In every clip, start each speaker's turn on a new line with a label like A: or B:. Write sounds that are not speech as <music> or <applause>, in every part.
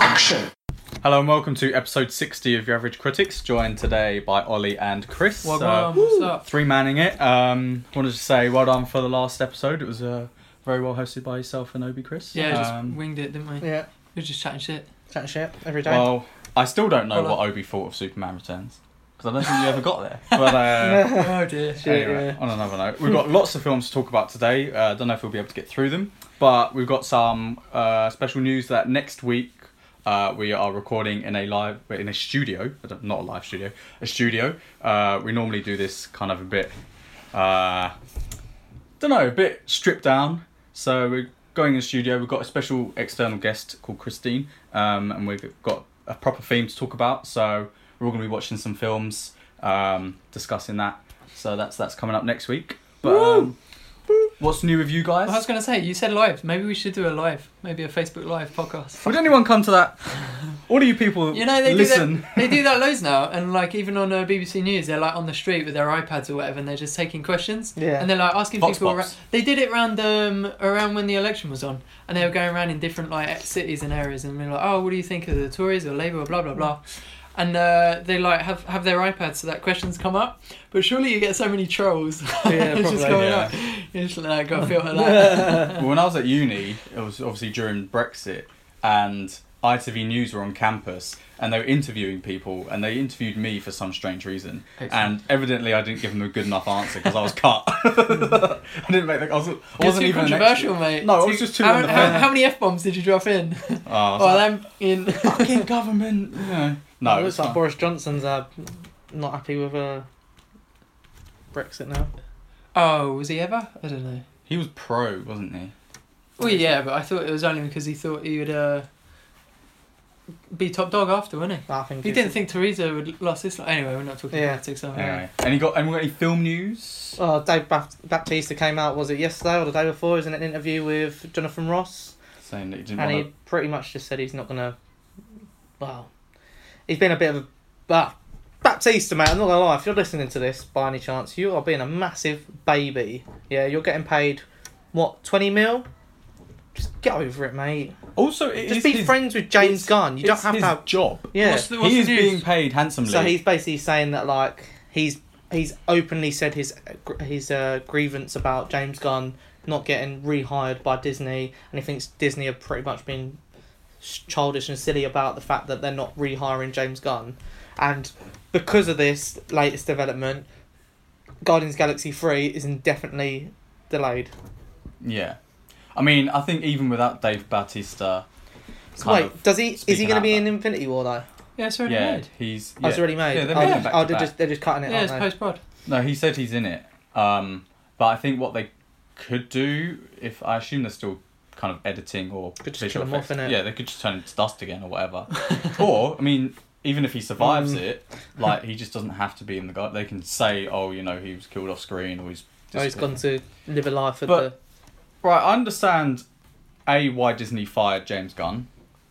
A: action.
B: Hello and welcome to episode 60 of Your Average Critics, joined today by Ollie and Chris.
C: What,
B: Uh,
C: what, what's up?
B: three manning it. Um, wanted to say well done for the last episode. It was uh, very well hosted by yourself and Obi Chris.
C: Yeah, just
B: Um,
C: winged it, didn't we?
A: Yeah,
C: We were just chatting shit.
A: chat shit every day.
B: well, I still don't know
C: Well
B: what Obi thought of Superman Returns because I don't think you ever got
C: <laughs>
B: there. But uh,
C: oh dear.
B: anyway, on another note, we've got <laughs> lots of films to talk about today. Uh, don't know if we'll be able to get through them, but we've got some uh, special news that next week uh, we are recording in a live in a studio, I don't- not a live studio, a studio. Uh, we normally do this kind of a bit, uh, don't know, a bit stripped down. So we're going in the studio. We've got a special external guest called Christine, um, and we've got a proper theme to talk about. So we're all going to be watching some films, um, discussing that. So that's that's coming up next week. But um, what's new with you guys?
C: Well, I was going to say, you said live. Maybe we should do a live. Maybe a Facebook live
B: <laughs>
C: podcast.
B: Would anyone come to
C: <laughs>
B: that? All of you people,
C: You know, they
B: listen.
C: do that. They do that loads now, and like even on uh, BBC News, they're like on the street with their iPads or whatever, and they're just taking questions. <laughs>
A: Yeah.
C: And they're like asking
B: Vox
C: people.
B: Pops.
C: Around, they did it around um, around when the election was on, and they were going around in different like cities and areas, and they're like, oh, what do you think of the Tories or Labour or blah blah blah. And uh, they like have, have their iPads so that questions come up, but surely you get so many trolls. <laughs>
A: Yeah,
C: It's just
A: probably,
C: going
B: yeah.
C: up. You're just like, got to filter
B: <laughs>
C: that.
B: Well, when I was at uni, it was obviously during Brexit, and ITV News were on campus, and they were interviewing people, and they interviewed me for some strange reason,
C: Excellent.
B: and evidently I didn't give them a good enough answer because I was
C: <laughs>
B: cut. <laughs> I didn't make the. I wasn't, I
C: You're
B: wasn't
C: too
B: even an
C: controversial, mate.
B: No, I
C: Too-
B: was just too
C: How,
B: on the
C: how,
B: fence.
C: how many f bombs did you drop in?
B: extra- Oh, I was
C: Well,
B: like,
C: I'm in.
B: <laughs> fucking government. Yeah. No,
A: it looks
B: it's
A: like
B: like
A: Boris Johnson's uh, not happy with uh, Brexit now.
C: <laughs> Oh, was he ever? I don't know.
B: he was pro, wasn't he?
C: Well, yeah, but I thought it was only because he thought he would uh, be top dog after, wasn't
A: I think
C: he? He
A: he's-
C: didn't think Theresa would last this long. Anyway, we're not talking
A: Yeah.
C: politics, are we?
B: Anyway, and he got. And we got any film news?
A: Oh, Dave Bap- Baptista came out. Was it yesterday or the day before? He was in an interview with Jonathan Ross,
B: Saying that he didn't
A: and
B: want
A: he pretty much just said he's not gonna. Well, he's been a bit of a. Well, Baptista, mate, I'm not gonna lie. If you're listening to this by any chance, you are being a massive baby. Yeah, you're getting paid what twenty mil. Just get over it, mate.
B: to. Also, it
A: Just
B: is
A: be
B: his-
A: friends with James
B: it's-
A: Gunn. You don't
B: it's
A: have to
B: his
A: have.
B: job.
A: Yeah.
C: What's the, what's
B: he is
C: the news?
B: being paid handsomely.
A: So he's basically saying that like he's he's openly said his gr- his uh, grievance about James Gunn not getting rehired by Disney, and he thinks Disney have pretty much been s- childish and silly about the fact that they're not rehiring James Gunn, and because of this latest development, Guardians of the Galaxy Three is indefinitely delayed.
B: Yeah. I mean, I think even without Dave Batista,
A: So
B: kind
A: wait,
B: of
A: does he is he
B: speaking
A: going to
B: out
A: be
B: there.
A: in Infinity War though?
C: Yeah, it's already
B: yeah,
C: made.
B: he's
A: Oh, it's
B: yeah.
A: already made.
B: Yeah, they're
A: oh,
B: making it back
A: oh,
B: to
A: they're
B: back.
A: just they're just cutting it.
C: Yeah,
A: aren't
C: it's
A: they?
C: post prod.
B: No, he said he's in it. Um, but I think what they could do, if I assume they're still kind of editing or
A: Could just
B: visual
A: kill him off,
B: effects-
A: innit?
B: Yeah, they could just turn it to dust again or whatever.
A: <laughs>
B: or I mean, even if he survives
A: Mm.
B: it, like he just doesn't have to be in the guy. They can say, oh, you know, he was killed off screen or he's.
A: Oh, he's gone to live a life at
B: But-
A: the.
B: Right, I understand A why Disney fired James Gunn.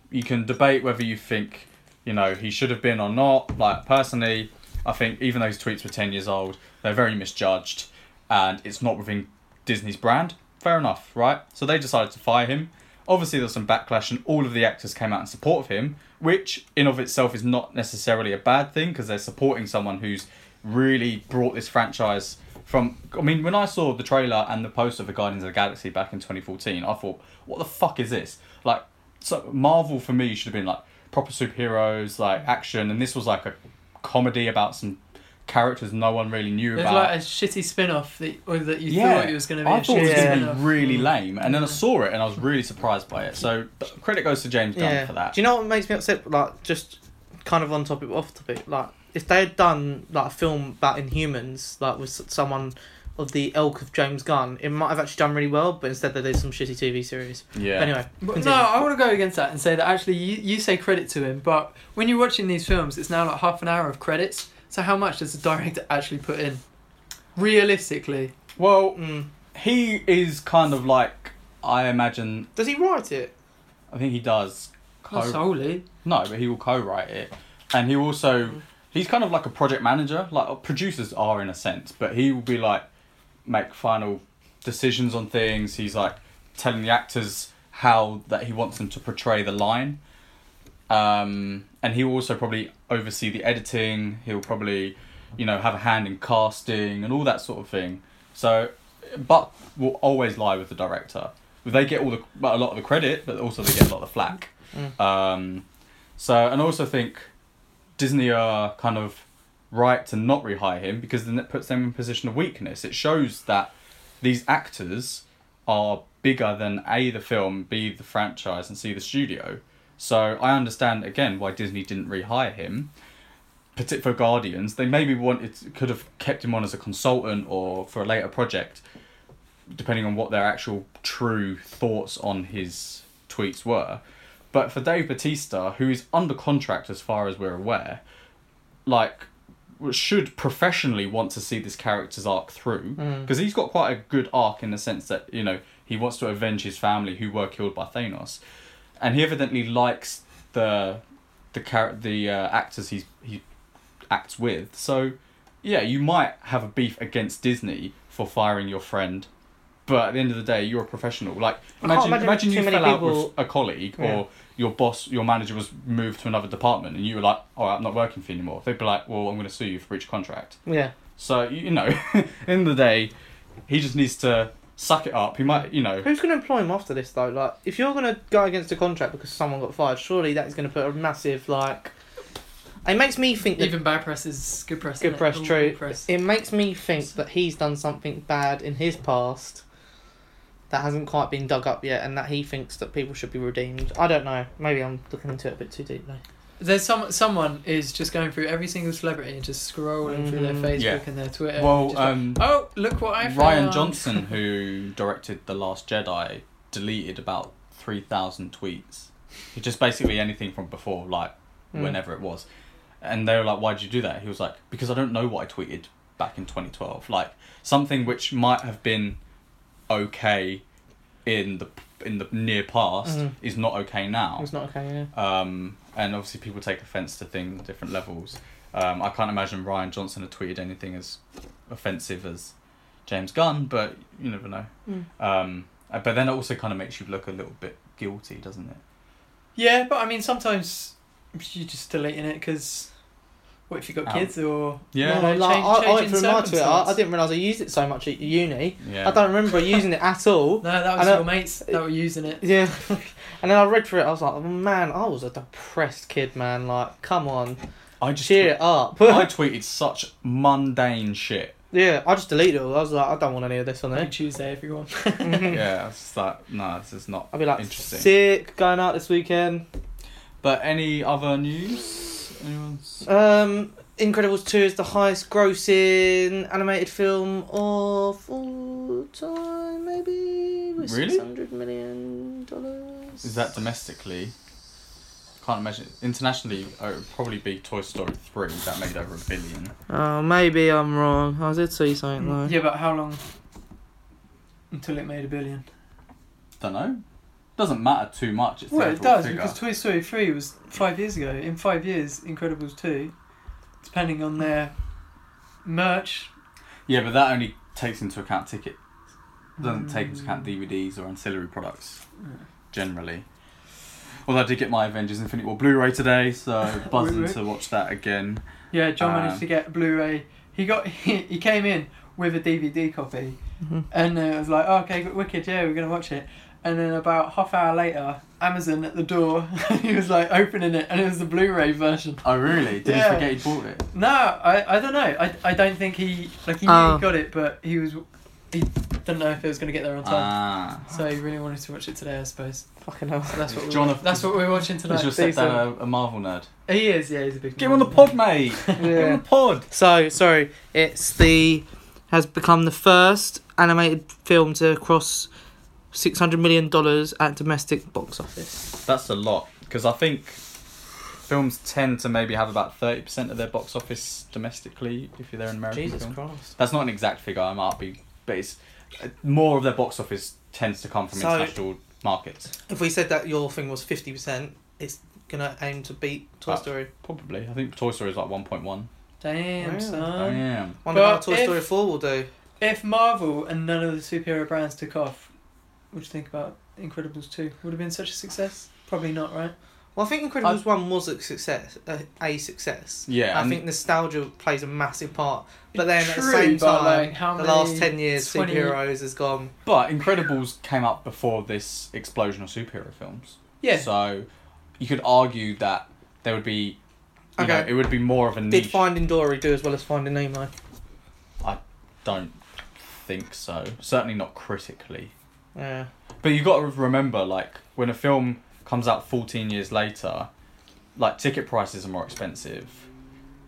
B: You can debate whether you think, you know, he should have been or not. Like personally, I think even those tweets were ten years old, they're very misjudged and it's not within Disney's brand. Fair enough, right? So they decided to fire him. Obviously there's some backlash and all of the actors came out in support of him, which in of itself is not necessarily a bad thing because they're supporting someone who's really brought this franchise from I mean when I saw the trailer and the poster for Guardians of the Galaxy back in 2014 I thought what the fuck is this like so Marvel for me should have been like proper superheroes like
A: Mm.
B: action and this was like a comedy about some characters no one really knew
C: It's
B: about
C: like a shitty spin off that, or that you thought it was going to be
B: I
C: a
B: thought it
C: shitty
B: was
A: gonna
C: spin
B: going
C: off.
B: to be
A: Mm.
B: really lame and then I saw it and I was really surprised by it so credit goes to James Gunn
A: yeah.
B: for that
A: Do you know what makes me upset? Like, just kind of on topic, off topic. Like, if they had done like a film about Inhumans, like with s- someone of the ilk of James Gunn, it might have actually done really well. But instead, they did some shitty TV series.
B: yeah
A: Anyway,
C: But no,
A: continue.
C: I want to go against that and say that actually you, you say credit to him, but when you're watching these films, it's now like half an hour of credits. So how much does the director actually put in? Realistically,
B: well
A: Mm.
B: he is kind of like I imagine
A: Does he write it?
B: I think he does
C: not
B: co-
C: solely.
B: No, but he will co-write it, and he also he's kind of like a project manager. Like producers are in a sense, but he will be like make final decisions on things. He's like telling the actors how that he wants them to portray the line. um, and he will also probably oversee the editing. He'll probably, you know, have a hand in casting and all that sort of thing. So, Buck will always lie with the director. They get all the well, a lot of the credit, but also they get a lot of the flack.
A: Mm.
B: Um, so, and I also think Disney are kind of right to not rehire him because then it puts them in a position of weakness. It shows that these actors are bigger than A, the film, B, the franchise, and C, the studio. So I understand again why Disney didn't rehire him. Partic- For Guardians, they maybe wanted could have kept him on as a consultant or for a later project, depending on what their actual true thoughts on his tweets were. But for Dave Batista, who is under contract as far as we're aware, like should professionally want to see this character's arc through
A: Mm.
B: because he's got quite a good arc in the sense that you know he wants to avenge his family who were killed by Thanos, and he evidently likes the the char- the uh, actors he's he acts with. So yeah, you might have a beef against Disney for firing your friend, but at the end of the day, you're a professional. Like
A: I can't
B: imagine imagine,
A: imagine
B: you
A: too
B: fell
A: many
B: out
A: people-
B: with a colleague
A: Yeah.
B: or your boss, your manager was moved to another department, and you were like, "All right, I'm not working for you anymore." They'd be like, "Well, I'm going to sue you for breach of contract."
A: Yeah.
B: So you you know, <laughs> in the day, he just needs to suck it up. He might, you know,
A: Who's going to employ him after this though? Like, if you're going to go against a contract because someone got fired, surely that is going to put a massive like. It makes me think that
C: Even bad press is good press.
A: good
C: innit?
A: press
C: All
A: true.
C: good press.
A: It makes me think that he's done something bad in his past that hasn't quite been dug up yet, and that he thinks that people should be redeemed. I don't know. Maybe I'm looking into it a bit too deeply.
C: There's some someone is just going through every single celebrity and just scrolling through their
A: Mhm.
C: Facebook
B: Yeah.
C: and their Twitter. and
B: well,
C: just like,
B: um,
C: oh look what I found.
B: Ryan Johnson, who directed The Last Jedi, deleted about three thousand tweets. He Just basically anything from before, like
A: Mm.
B: whenever it was, and they were like, "Why did you do that?" He was like, "Because I don't know what I tweeted back in twenty twelve, like something which might have been okay in the in the near past
A: Mhm.
B: is not okay now."
A: It's not okay. Yeah.
B: um, and obviously people take offence to things at different levels. Um, I can't imagine Ryan Johnson had tweeted anything as offensive as James Gunn, but you never know.
A: Mm.
B: Um, uh, but then it also kind of makes you look a little bit guilty, doesn't it?
C: Yeah, but I mean sometimes you're just deleting it because what if you got
B: Out.
C: kids or
B: Yeah.
A: No,
C: you know,
A: like,
C: change-
A: I, I went
C: changing
A: through my Twitter. I, I
C: circumstance.
A: didn't realize I used it so much at uni.
B: Yeah.
A: I don't
B: <laughs>
A: remember using it at all.
C: No, that
A: I
C: was
B: uh,
A: know-
C: your mates that were using it.
A: Yeah. <laughs> and then I read through it. I was like, man, I was a depressed kid, man. Like, come on,
B: I just
A: cheer it up. <laughs>
B: I tweeted such mundane shit.
A: yeah, I just deleted it. all. I was like, I don't want any of this on
C: Happy
A: there.
C: Tuesday, everyone.
A: Mm. <laughs>
B: Yeah, I was just like, no, this is not.
A: I'll be like,
B: Interesting.
A: sick going out this weekend.
B: But any other news? Anyone's?
A: Um, Incredibles 2 is the highest grossing animated film of all time, maybe? With
B: Really?
A: $600 million. dollars.
B: Is that domestically? Can't imagine. Internationally, oh, it would probably be Toy Story 3 that made over a billion.
A: Oh, maybe I'm wrong. I did see
B: Mm.
A: something though.
C: yeah, but how long until it made a billion?
B: Don't know. Doesn't matter too much. It's the
C: Well, it
B: overall
C: does
B: figure.
C: because Toy Story three was five years ago. In five years, Incredibles two, depending on their merch.
B: yeah, but that only takes into account ticket. Doesn't take into account DVDs or ancillary products generally. Although I did get my Avengers Infinity War Blu-ray today, <laughs> so buzzing
C: Wait, wait.
B: to watch that again.
C: Yeah, John
B: Um,
C: managed to get Blu-ray. He got <laughs> he, he came in with a DVD copy,
A: Mhm.
C: and uh, I was like, oh, okay, wicked, yeah, we're gonna watch it. And then about half hour later, Amazon at the door, <laughs> he was like opening it, and it was the Blu-ray version.
B: Oh really? Did
C: Yeah.
B: you forget he bought it?
C: No, I, I don't know. I, I don't think he like he knew
A: Oh.
C: he got it, but he was he didn't know if he was gonna get there on time.
B: Ah.
C: so he really wanted to watch it today, I suppose.
A: Fucking hell.
C: That's what we're,
B: Jonathan-
C: that's what we're watching
B: Is
C: tonight.
B: your stepdad a, a Marvel nerd?
C: He is, yeah, he's a big.
B: Get him on the
C: <laughs>
B: pod, mate. Get him
A: Yeah.
B: on the pod.
A: So, sorry, it's the has become the first animated film to cross six hundred million dollars at domestic box office.
B: That's a lot because I think films tend to maybe have about thirty percent of their box office domestically if you're there in American. film.
A: Christ!
B: That's not an exact figure. I might be, but it's uh, more of their box office tends to come from
A: So-
B: international markets.
A: If we said that your thing was fifty percent, it's gonna aim to beat Toy
B: Oh.
A: Story.
B: Probably, I think Toy Story is like one point one.
C: Damn
A: Wow.
B: Oh,
C: son.
B: Damn.
A: Wonder how
C: But
A: Toy
C: if-
A: Story Four will do.
C: If Marvel and none of the superhero brands took off, what do you think about Incredibles two? Would have been such a success. Probably not, right?
A: Well, I think Incredibles one was a success, a, a success.
B: Yeah,
A: I
B: and-
A: think nostalgia plays a massive part, but then at the
C: True,
A: same
C: but,
A: time,
C: like, how
A: the last
C: many-
A: ten years,
C: 20
A: superheroes has gone.
B: But Incredibles came up before this explosion of superhero films.
C: Yeah.
B: So you could argue that there would be. You
A: Okay.
B: know, it would be more of a
A: Did
B: niche.
A: Finding Dory do as well as Finding Nemo?
B: Don't think so. Certainly not critically.
A: Yeah.
B: But you got to remember, like when a film comes out fourteen years later, like ticket prices are more expensive.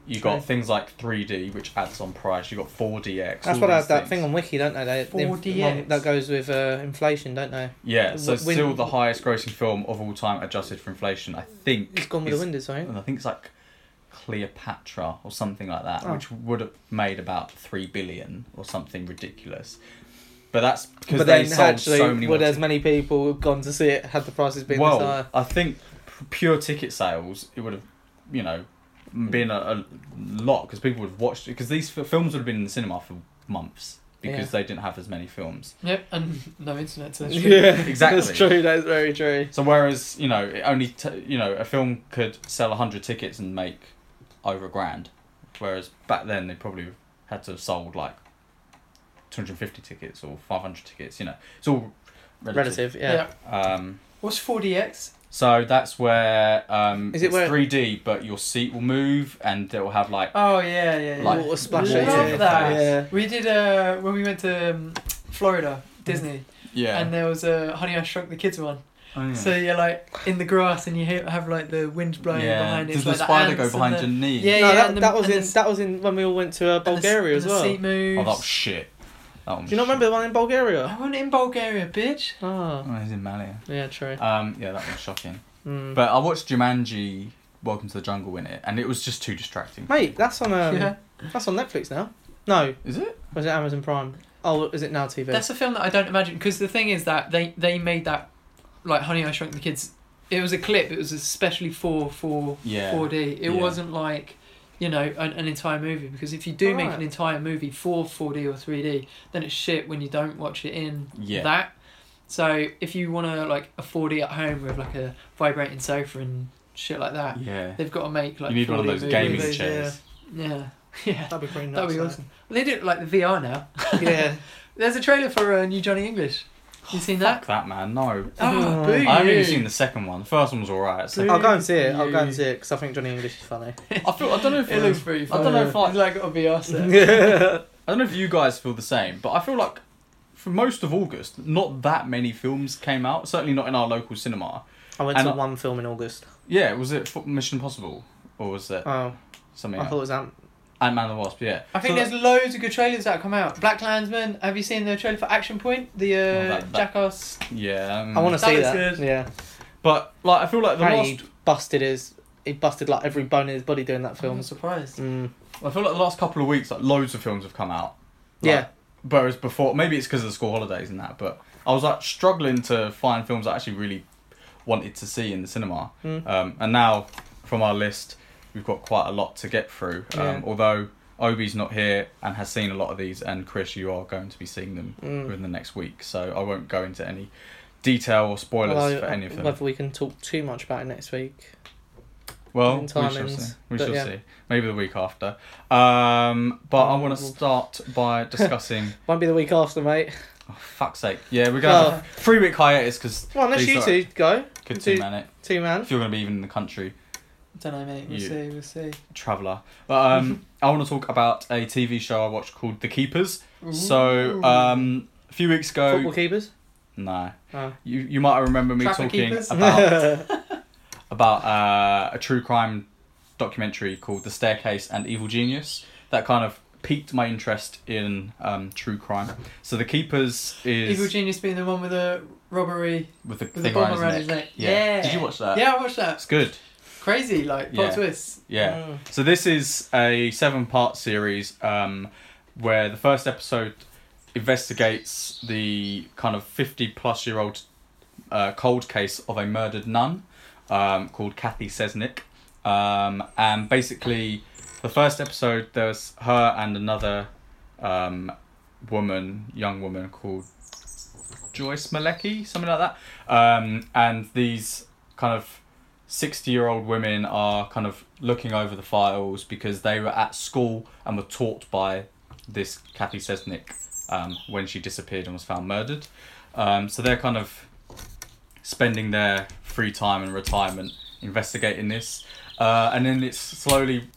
B: You
A: True.
B: got things like three D, which adds on price. You got four DX.
A: That's what I that thing on Wiki, don't they? they the inf-
C: 4DX.
A: one that goes with uh, inflation, don't they?
B: Yeah, so
A: Win-
B: still the highest grossing film of all time adjusted for inflation. I think
A: It's gone with
B: is-
A: the wind, isn't it?
B: and I think it's like Cleopatra or something like that,
A: Oh.
B: which would have made about three billion or something ridiculous. But that's because
A: But
B: they
A: then
B: sold
A: actually,
B: so many. more
A: would as
B: tickets.
A: many people have gone to see it had the prices been this high?
B: well, I think p- pure ticket sales, it would have, you know, been a, a lot because people would have watched it because these f- films would have been in the cinema for months because
A: Yeah.
B: they didn't have as many films.
C: Yep, and no internet, so that's
A: <laughs>
C: true.
A: Yeah,
B: Exactly.
A: That's true. That's very true.
B: So whereas you know it only t- you know a film could sell hundred tickets and make over a grand, whereas back then they probably had to have sold like two hundred fifty tickets or five hundred tickets. You know, it's all relative.
A: Relative, yeah.
B: Um,
C: What's 4DX?
B: so that's where um,
A: Is it
B: it's
A: where-
B: three D, but your seat will move and it will have like
C: Oh yeah, yeah, yeah.
B: Like-
A: Water splashes.
B: Love
A: yeah.
C: that.
A: Yeah.
C: we did uh when we went to um, Florida, Disney,
B: yeah.
C: and there was a Honey I Shrunk the Kids one.
B: oh, yeah.
C: So you're like in the grass and you hear, have like the wind blowing
B: yeah.
C: behind it.
B: Does
C: It's
B: the
C: like
B: spider
C: ants
B: go
C: and
B: behind
C: the-
B: your knee?
C: Yeah,
A: no,
C: yeah,
A: that,
C: and the-
A: that was
C: and
A: in
C: the-
A: that was in when we all went to uh,
C: and the-
A: Bulgaria
C: and
A: as
C: the
A: well.
C: Seat
B: Oh,
A: Do
C: moves.
B: that was shit. That one was
A: you not
B: shit.
A: remember the one in Bulgaria?
C: I went in Bulgaria, bitch.
A: Oh,
B: Oh, it was in Malia.
A: yeah, true.
B: Um, yeah, that was shocking.
C: Hmm.
A: Mm.
B: But I watched Jumanji Welcome to the Jungle in it, and it was just too distracting.
A: Mate, that's on um,
C: yeah,
A: that's on Netflix now. No,
B: Is it?
A: was it Amazon Prime? Oh, is it Now TV?
C: that's a film that I don't imagine because the thing is that they they made that like Honey I Shrunk the Kids. It was a clip. It was especially for for
B: Yeah.
C: 4D. It
B: Yeah.
C: wasn't like you know an, an entire movie because if you do make
A: Alright.
C: an entire movie for 4D or 3D, then it's shit when you don't watch it in
B: Yeah.
C: that. So if you want to like a 4D at home with like a vibrating sofa and shit like that,
B: Yeah.
C: they've got to make like
B: you need one of
C: 4D
B: those
C: movies.
B: gaming
A: Those,
B: chairs.
C: Yeah, <laughs> yeah.
A: That'd be pretty
C: That'd
A: nuts.
C: be awesome. They do it like the VR now. <laughs>
A: though. yeah.
C: There's a trailer for uh, New Johnny English. You seen that?
B: Fuck that, man. No.
A: Oh,
C: Oh, boo
B: I haven't
C: you.
B: even seen the second one. The first one was alright. So
C: Boo.
A: I'll go and see it. I'll go
C: You-
A: and see it because I think Johnny English is funny. <laughs>
B: I feel I don't know if
C: It looks pretty
B: I
C: funny.
B: don't know if
C: It's
B: I,
C: like got a
B: <laughs>
C: VR set.
B: I don't know if you guys feel the same, but I feel like for most of August, not that many films came out. Certainly not in our local cinema.
A: I went
B: And
A: to
B: I-
A: one film in August.
B: Yeah, was it F- Mission Impossible or was it
A: Oh,
B: something
A: I thought it
B: else?
A: was Ant.
B: Ant Man and the Wasp? Yeah.
C: I think
B: So
C: there's loads of good trailers that come out. Black Landsman. Have you seen the trailer for Action Point? The uh,
B: Oh, that- that-
C: Jackass.
B: that- Yeah. um,
A: I want to
C: That
A: see
C: looks
A: that.
C: good.
A: Yeah.
B: But like, I feel like the
A: Apparently
B: last
A: he busted his. He busted like every bone in his body doing that
C: I'm
A: film.
C: surprised.
A: Mm.
B: I feel like the last couple of weeks, like loads of films have come out. Like,
A: Yeah.
B: Whereas before, maybe it's because of the school holidays and that, but I was like struggling to find films I actually really wanted to see in the cinema.
A: Mm.
B: Um, and now, from our list, we've got quite a lot to get through. Um,
A: Yeah.
B: Although Obi's not here and has seen a lot of these, and Chris, you are going to be seeing them
A: Mm.
B: within the next week, so I won't go into any detail or spoilers
A: Although,
B: for any of
A: uh,
B: them.
A: Whether we can talk too much about it next week.
B: Well,
A: in
B: we shall
A: timings,
B: see. We
A: but
B: shall
A: yeah.
B: see. Maybe the week after. Um, but I
A: Um,
B: want to
A: we'll-
B: start by discussing.
A: Won't be the week after, mate. <laughs>
B: oh, fuck's sake! Yeah, we're going to have a three week hiatus because
A: Well, unless
B: Please,
A: you
B: sorry.
A: two go.
B: could
A: Do-
B: two man it.
A: Two man.
B: If you're going to be even in the country,
C: Don't know, mate. We'll
B: You.
C: see. We'll see.
B: traveller. But
A: <laughs>
B: um, I want to talk about a TV show I watched called The Keepers. So um, a few weeks ago,
A: Football keepers.
B: no, <laughs>
A: Oh.
B: you you might remember me
C: Traffic
B: talking
C: keepers?
B: about
A: yeah, <laughs>
B: about uh, a true crime documentary called The Staircase and Evil Genius. That kind of piqued my interest in um, true crime. So The Keepers is
C: Evil Genius being the one with the robbery
B: with the
C: with
B: thing
C: the bomb
B: around,
C: around
B: his
C: his
B: neck.
C: neck. Yeah.
B: Did you watch that?
C: Yeah, I watched that.
B: It's good.
C: Crazy, like plot
B: Uh, Yeah.
C: twists.
B: Yeah. So this is a seven-part series um, where the first episode investigates the kind of fifty-plus-year-old uh, cold case of a murdered nun um, called Kathy Sesnick, um, and basically the first episode there's her and another um, woman, young woman called Joyce Malecki, something like that, um, and these kind of 60 year old women are kind of looking over the files because they were at school and were taught by this Kathy Sesnick um, when she disappeared and was found murdered. Um, so they're kind of spending their free time and retirement investigating this. Uh, and then it slowly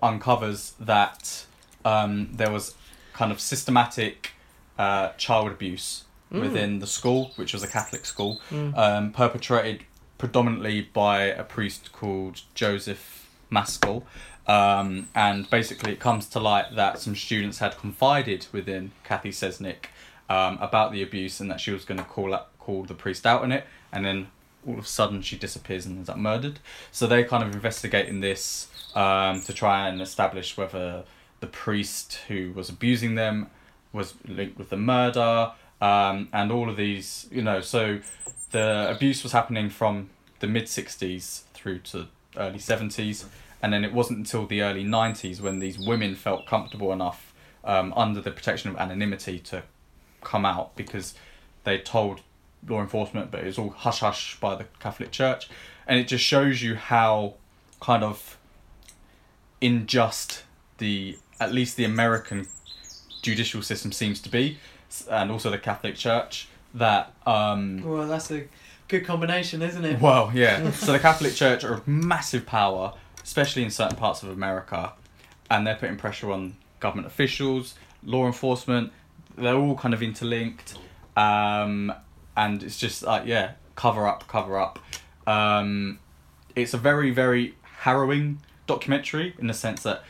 B: uncovers that um, there was kind of systematic uh, child abuse within the school, which was a Catholic school, um, perpetrated predominantly by a priest called Joseph Maskell. Um, and basically, it comes to light that some students had confided within Kathy Sesnick um, about the abuse and that she was going to call up, call the priest out on it. And then all of a sudden, she disappears and ends up murdered. So they're kind of investigating this um, to try and establish whether the priest who was abusing them was linked with the murder um, and all of these, you know, so the abuse was happening from the mid 60s through to early 70s, and then it wasn't until the early 90s when these women felt comfortable enough um, under the protection of anonymity to come out because they told law enforcement, but it was all hush hush by the Catholic Church, and it just shows you how kind of unjust the at least the American judicial system seems to be, s- and also the Catholic Church. That um,
C: Well, that's a good combination, isn't it?
B: well, yeah. so the Catholic Church are a massive power, especially in certain parts of America, and they're putting pressure on government officials, law enforcement. They're all kind of interlinked, um, and it's just like yeah, cover up, cover up. Um, it's a very very harrowing documentary in the sense that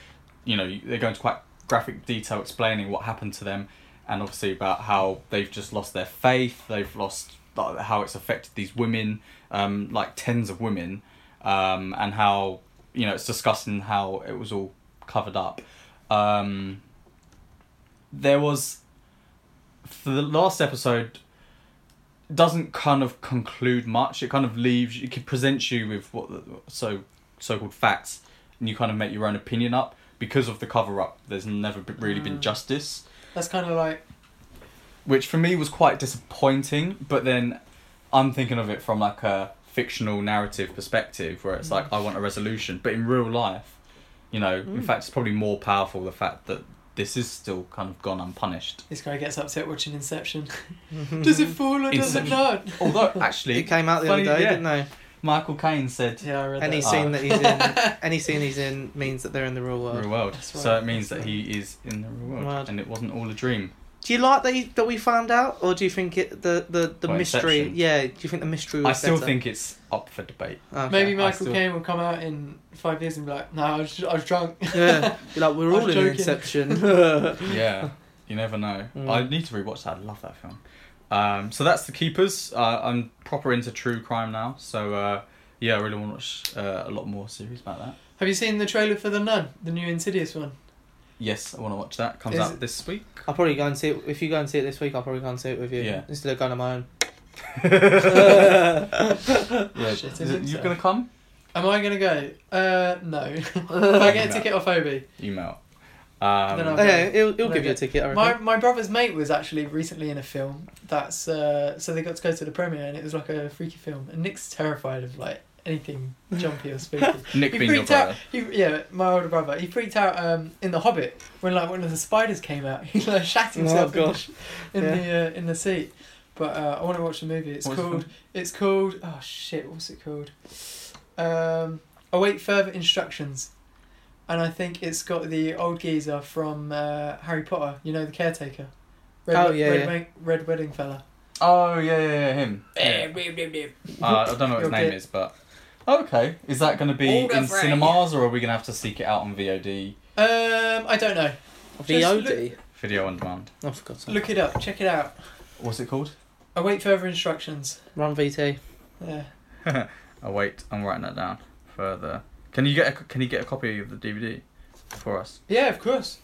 B: you know they go into quite graphic detail explaining what happened to them and obviously about how they've just lost their faith they've lost like, how it's affected these women um, like tens of women um, and how you know it's disgusting how it was all covered up um, there was for the last episode doesn't kind of conclude much. It kind of leaves. It presents you with what the, so so called facts, and you kind of make your own opinion up because of the cover up. There's never be- really been
C: Mm.
B: justice,
C: That's kind of like
B: which for me was quite disappointing. But then I'm thinking of it from like a fictional narrative perspective, where it's like I want a resolution. But in real life, you know, in
A: Mm.
B: fact, it's probably more powerful the fact that this is still kind of gone unpunished.
C: this guy gets upset watching
B: <laughs>
C: Inception.
A: <laughs>
C: does it fall or does it
B: Inception.
C: not?
B: Although actually,
A: It came out the
B: Funny,
A: other day,
B: yeah.
A: didn't they?
B: Michael Caine said
C: Yeah, I read
A: Any
C: that.
B: Ah.
A: scene that
B: <laughs>
A: he's in, any scene he's in means that they're in the real world.
B: real world.
C: That's
B: So
C: right,
B: it means
C: that's
B: that he is in the real world,
A: Mad.
B: and it wasn't all a dream.
A: Do you like that, he, that we found out, or do you think it the the, the
B: What,
A: mystery?
B: Inception?
A: Yeah, do you think the mystery? Was
B: I still
A: better?
B: think it's up for debate.
A: Okay.
C: Maybe
B: I
C: Michael
B: still-
C: Caine will come out in five years and be like, "No, I was, I was drunk."
A: <laughs> Yeah, You're like
C: <laughs>
A: we're
C: I'm
A: all in
C: joking.
A: Inception.
C: <laughs>
A: <laughs>
B: Yeah, you never know.
A: Mm.
B: I need to rewatch that. I love that film. Um, so that's The Keepers. Uh, I'm proper into true crime now. So uh, yeah, I really want to watch uh, a lot more series about that.
C: Have you seen the trailer for the Nun, the new Insidious one?
B: Yes, I want to watch that. Comes
C: Is
B: out
C: it-
B: this week.
A: I'll probably go and see it. If you go and see it this week, I'll probably go and see it with you.
B: Yeah.
A: Instead of going on my own.
C: <laughs>
B: Yeah,
C: Shit,
B: is
C: I
B: it,
C: think
B: you
C: so.
B: gonna come?
C: Am I gonna go? Uh, <laughs> no. if I get a
B: No.
C: ticket off Obi.
B: Email.
C: Then
B: Um,
C: I'll-
A: Okay, it'll, it'll
C: No,
A: give you a
C: good.
A: ticket. I reckon.
C: My my brother's mate was actually recently in a film that's uh, so they got to go to the premiere and it was like a freaky film and Nick's terrified of like <laughs> anything jumpy or spooky.
B: Nick
C: He
B: being your
C: freaked out.
B: brother.
C: He, yeah, my older brother. He freaked out um, in The Hobbit when like one of the spiders came out. <laughs> He like shat
A: Oh,
C: himself in, the,
A: gosh.
C: sh- in
A: Yeah.
C: the uh, in the seat. But uh, I want to watch the movie. It's
B: What's it
C: called. It's called. Oh shit! What's it called? Um, await further instructions. And I think it's got the old geezer from uh, Harry Potter. You know the caretaker. Red,
A: Oh, yeah,
C: Red,
A: yeah.
C: Wed- Red wedding fella.
B: Oh yeah, yeah, yeah, him. Yeah. Uh, I don't know what his
C: You'll
B: name
C: get-
B: is, but okay. Is that going to be
C: All the
B: in
C: frame.
B: cinemas, or are we going to have to seek it out on VOD,
C: Um, I don't know.
A: VOD.
B: video on demand?
A: Oh, for God's sake.
C: Look it up. Check it out.
B: What's it called?
C: Await further instructions.
A: Run VT.
C: Yeah.
B: Oh wait, I'm writing that down. Further, can you get a, can you get a copy of the DVD for us?
C: Yeah, of course.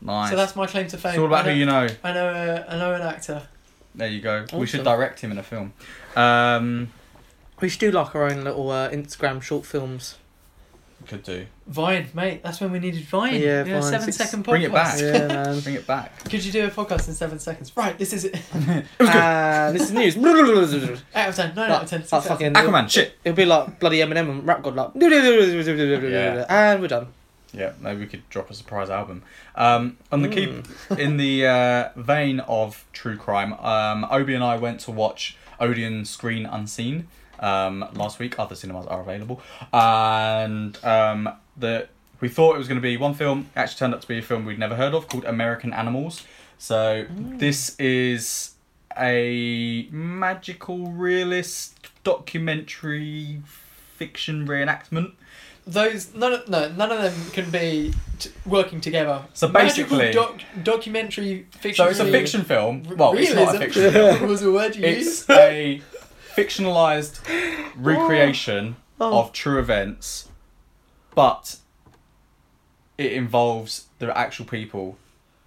B: Nice.
C: So that's my claim to fame.
B: it's all about
C: I
B: who
C: know,
B: you know.
C: I know, uh, I know an actor.
B: There you go. We should
A: Awesome.
B: direct him in a film. Um,
A: We should do like our own little uh, Instagram short films.
B: could do.
C: Vine, mate. That's when we needed Vine.
A: Yeah,
C: You know,
A: Vine.
C: seven
A: Six-
C: second podcast.
B: Bring it back.
A: Yeah,
B: <laughs>
A: man.
B: Bring it back.
C: Could you do a podcast in seven seconds? Right, this is it. <laughs>
A: Ah, this is
B: <laughs>
A: news. <laughs> like,
C: Out of ten, nine out of ten. six
A: like
C: out of
A: fucking
B: Aquaman, shit.
A: It'll be like bloody Eminem and Rap God, like,
B: Yeah.
A: and we're done.
B: Yeah, maybe we could drop a surprise album. Um, on the
A: Mm.
B: keep in the uh, vein of true crime, um, Obi and I went to watch Odeon Screen Unseen um, last week. Other cinemas are available, and um, the we thought it was going to be one film. It actually, turned out to be a film we'd never heard of called American Animals. So this is a magical realist documentary fiction reenactment
C: Those none of, no none of them can be t- working together.
B: So
C: Magical
B: basically-
C: doc- documentary fiction.
B: So it's a fiction film. Well, it's not a
C: realism.
B: fiction
C: <laughs>
B: film.
C: was the word you
B: It's
C: used.
B: a fictionalized recreation
A: Oh.
B: of true events, but it involves the actual people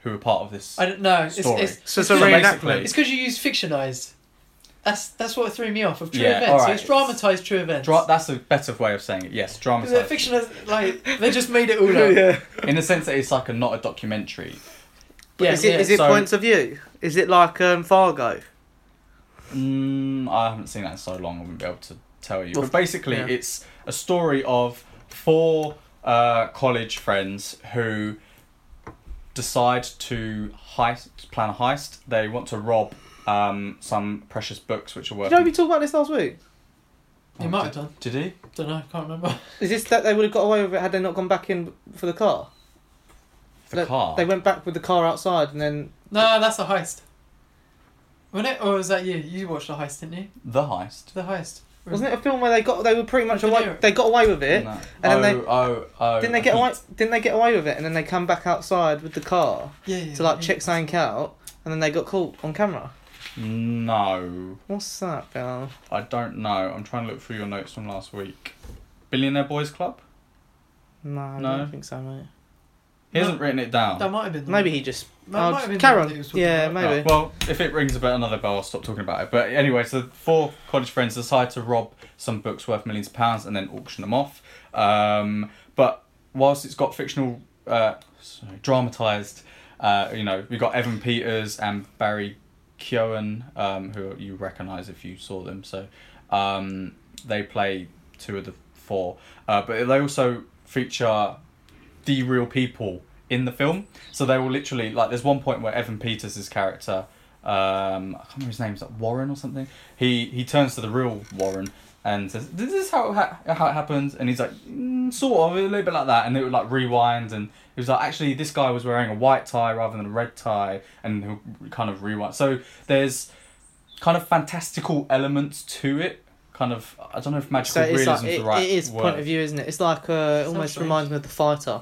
B: who are part of this
C: I don't know. It's,
B: story.
C: It's,
A: So
C: it's
A: it's a
B: basically-
A: reenactment.
C: It's because you used fictionized. That's that's what threw me off of true
B: Yeah,
C: events.
B: all
C: So
B: right.
C: it's dramatized true events.
B: Dra- that's a better way of saying it. Yes, drama.
C: They're fictionized. Like they just made
A: <laughs>
C: it all up.
B: In the sense that it's like a not a documentary.
C: Yeah,
A: is it,
C: yeah.
A: is it
B: So-
A: points of view? Is it like um, Fargo?
B: Mm, I haven't seen that in so long. I wouldn't be able to tell you.
A: Well,
B: But basically,
A: yeah.
B: it's a story of four uh, college friends who decide to heist, plan a heist. They want to rob um, some precious books which are worth. Oh,
A: Did I be talking about this last week?
C: You might have done.
B: Did he?
C: Don't know. Can't <laughs> remember.
A: Is this that they would have got away with it had they not gone back in for the car?
B: The
A: Like,
B: car.
A: They went back with the car outside and then
C: No, that's a heist. Wasn't it? Or was that you? You watched the heist, didn't you?
B: the heist.
C: The heist.
A: wasn't it a film where they got they were pretty much
C: De
A: away
C: Niro.
A: they got away with it
B: No.
A: then they-
B: oh, oh, oh.
A: didn't they get away didn't they get away with it and then they come back outside with the car
C: Yeah, yeah.
A: to like
C: yeah.
A: check something out and then they got caught on camera.
B: No,
A: What's that, Bill?
B: I don't know. I'm trying to look through your notes from last week. Billionaire Boys Club.
A: No, I
B: No.
A: don't think so, mate.
B: He
C: No.
B: hasn't written it down.
C: That might have been. the-
A: Maybe he just.
C: That
A: I'll
C: might
A: just-
C: have been
A: carry
C: the
A: on.
C: one that he was talking
A: Yeah,
C: about.
A: maybe.
B: Oh, well, if it rings about another bell, I'll stop talking about it. But anyway, so four college friends decide to rob some books worth millions of pounds and then auction them off. Um, but whilst it's got fictional, uh, sorry, dramatized, uh, you know, we've got Evan Peters and Barry Keoghan, um, who you recognize if you saw them. So um, they play two of the four. Uh, but they also feature the real people in the film. So they will literally like. There's one point where Evan Peters' character, um, I can't remember his name, is like Warren or something. He he turns to the real Warren and says, "This is how it ha- how it happens." And he's like, mm, "Sort of, a little bit like that." And it would like rewind, and it was like, "Actually, this guy was wearing a white tie rather than a red tie," and he'll kind of rewind. So there's kind of fantastical elements to it. Kind of, I don't know if magical
A: So it's
B: realism
A: like,
B: is
A: it,
B: the right
A: it is
B: word.
A: point of view, isn't it? It's like uh, it
C: Sounds
A: almost
C: strange.
A: reminds me of the fighter.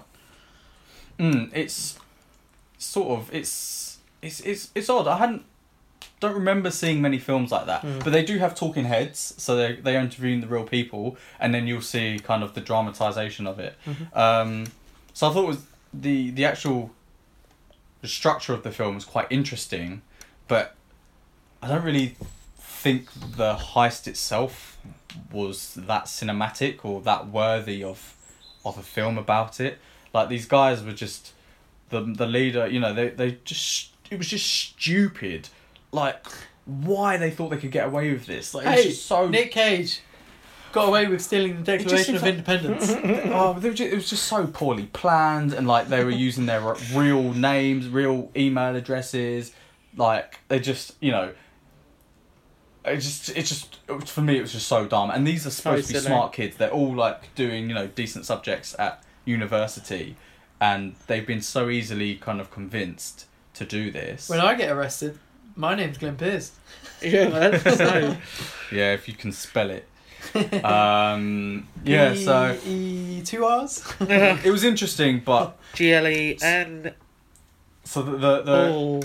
B: Mm, it's sort of it's it's it's it's odd. I hadn't don't remember seeing many films like that.
A: Mm.
B: But they do have talking heads, so they they're interviewing the real people, and then you'll see kind of the dramatization of it.
A: Mhm.
B: Um, so I thought it was the the actual the structure of the film was quite interesting, but I don't really think the heist itself was that cinematic or that worthy of of a film about it. Like these guys were just the the leader. You know, they they just it was just stupid. Like why they thought they could get away with this? Like it was
C: Hey,
B: just so
C: Nick Cage got away with stealing the
B: seems
C: Declaration of
B: like-
C: Independence.
A: <laughs>
B: oh, they were ju- it was just so poorly planned, and like they were using their r- real names, real email addresses. Like they just, you know, it just, it just it was- for me, it was just so dumb. And these are supposed to be
A: silly.
B: smart kids. They're all like doing, you know, decent subjects at university, and they've been so easily kind of convinced to do this.
C: when I get arrested, my name's Glenn Pierce.
A: Yeah, man. <laughs> So,
B: <laughs> <laughs> yeah, if you can spell it. Um, yeah,
C: <laughs>
B: so
C: E- E- two R's. <laughs>
B: it was interesting, but
A: GLE E and
B: so the the, the
A: all.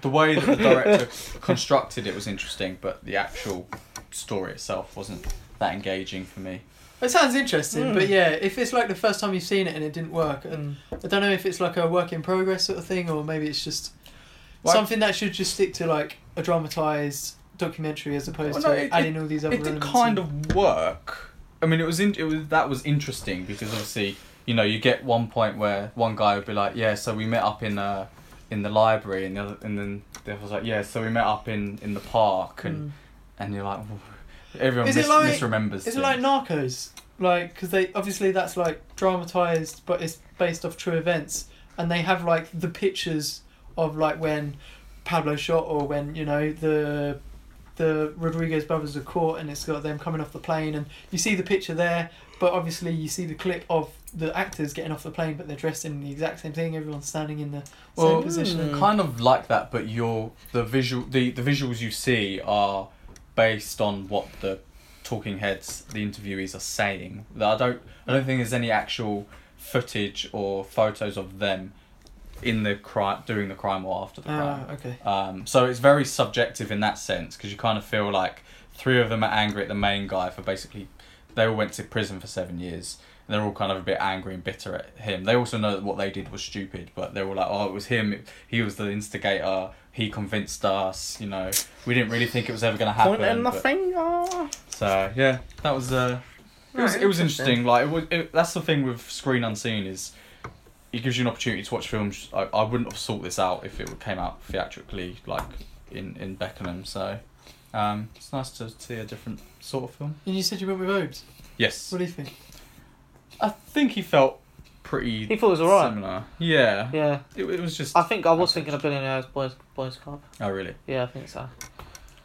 B: the way that the
C: <laughs>
B: director constructed it was interesting, but the actual story itself wasn't that engaging for me.
C: It sounds interesting,
A: Mm.
C: but yeah, if it's like the first time you've seen it and it didn't work, and I don't know if it's like a work in progress sort of thing, or maybe it's just
B: Well, I-
C: something that should just stick to like a dramatized documentary as opposed
B: Well, no,
C: to
B: it-
C: adding all these other.
B: It did
C: elements
B: kind
C: and-
B: of work, I mean, it was in, it was that was interesting because obviously you know you get one point where one guy would be like, yeah, so we met up in uh in the library, and the other, and then the other was like, yeah, so we met up in in the park, and and you're like, everyone
C: Mm. Is
B: mis-
C: it like-
B: misremembers.
C: Is it
B: things.
C: like Narcos? Like, because they obviously that's like dramatized, but it's based off true events, and they have like the pictures of like when Pablo shot or when you know the the Rodriguez brothers are caught, and it's got them coming off the plane, and you see the picture there, but obviously you see the clip of the actors getting off the plane, but they're dressed in the exact same thing. Everyone's standing in the
B: Well, hmm.
C: same position.
A: Mm.
B: kind of like that, but your the visual the, the visuals you see are based on what the talking heads, the interviewees are saying. That I don't I don't think there's any actual footage or photos of them in the crime doing the crime or after the crime.
C: Ah, okay.
B: Um, so it's very subjective in that sense because you kind of feel like three of them are angry at the main guy for basically they all went to prison for seven years. And they're all kind of a bit angry and bitter at him. They also know that what they did was stupid, but they're all like, "Oh, it was him. He was the instigator. He convinced us. You know, we didn't really think it was ever going to happen."
A: Point and
B: but-
A: nothing.
B: so yeah, that was uh, it was
A: Right,
B: it was
A: interesting.
B: interesting. Like it was, it, that's the thing with Screen Unseen is it gives you an opportunity to watch films. I, I wouldn't have sought this out if it came out theatrically, like in in Beckenham. So um, it's nice to see a different sort of film.
C: And you said you went with Obes.
B: Yes,
C: What do you think?
B: I think he felt pretty
A: He thought it was alright.
B: similar. Yeah,
A: Yeah,
B: It, it was just.
A: I think I was thinking of Billionaires Boys Boys Club.
B: oh really?
A: Yeah, I think so.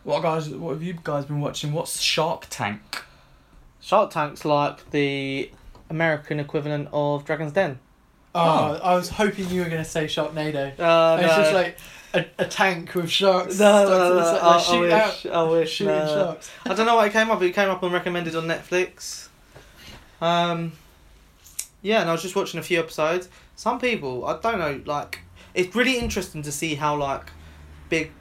B: What guys? What have you guys been watching? What's Shark Tank?
A: Shark Tank's like the American equivalent of Dragon's Den.
C: Oh, I was hoping you were going to say Sharknado.
A: Uh,
C: It's
A: no.
C: just like a, a tank with sharks.
A: no,
C: stuck to
A: no,
C: the
A: no, Oh,
C: side,
A: I,
C: like,
A: I
C: shoot
A: wish,
C: out,
A: I wish.
C: shooting
A: no.
C: sharks.
A: I don't know why it came up. It came up and recommended on Netflix. Um, yeah, and I was just watching a few episodes. Some people, I don't know, like it's really interesting to see how like big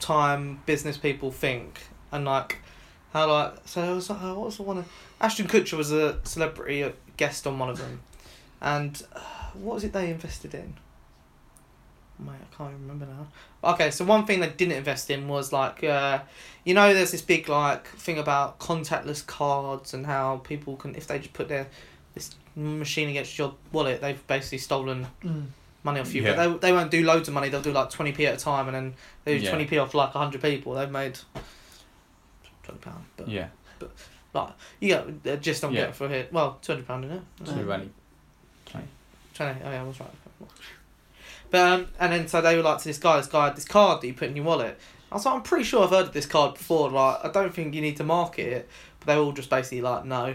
A: time business people think and like how like so there was, uh, what was the one? Ashton Kutcher was a celebrity a guest on one of them, and uh, what was it they invested in? Mate, I can't even remember now. Okay, so one thing they didn't invest in was like. Uh, you know there's this big like thing about contactless cards and how people can if they just put their this machine against your wallet they've basically stolen
C: Mm.
A: money off you
B: Yeah.
A: but they, they won't do loads of money they'll do like 20p at a time and then they do
B: Yeah.
A: 20p off like 100 people they've made 20 pound but
B: Yeah,
A: you get the gist I'm
B: Yeah.
A: getting for here well 200 pound in it
B: too
C: Um,
B: many.
A: Trying to, oh yeah, I was right. But um, and then so they were like to this guy, this guy had this card that you put in your wallet. I was like, I'm pretty sure I've heard of this card before. Like, I don't think you need to market it. But they were all just basically like, no,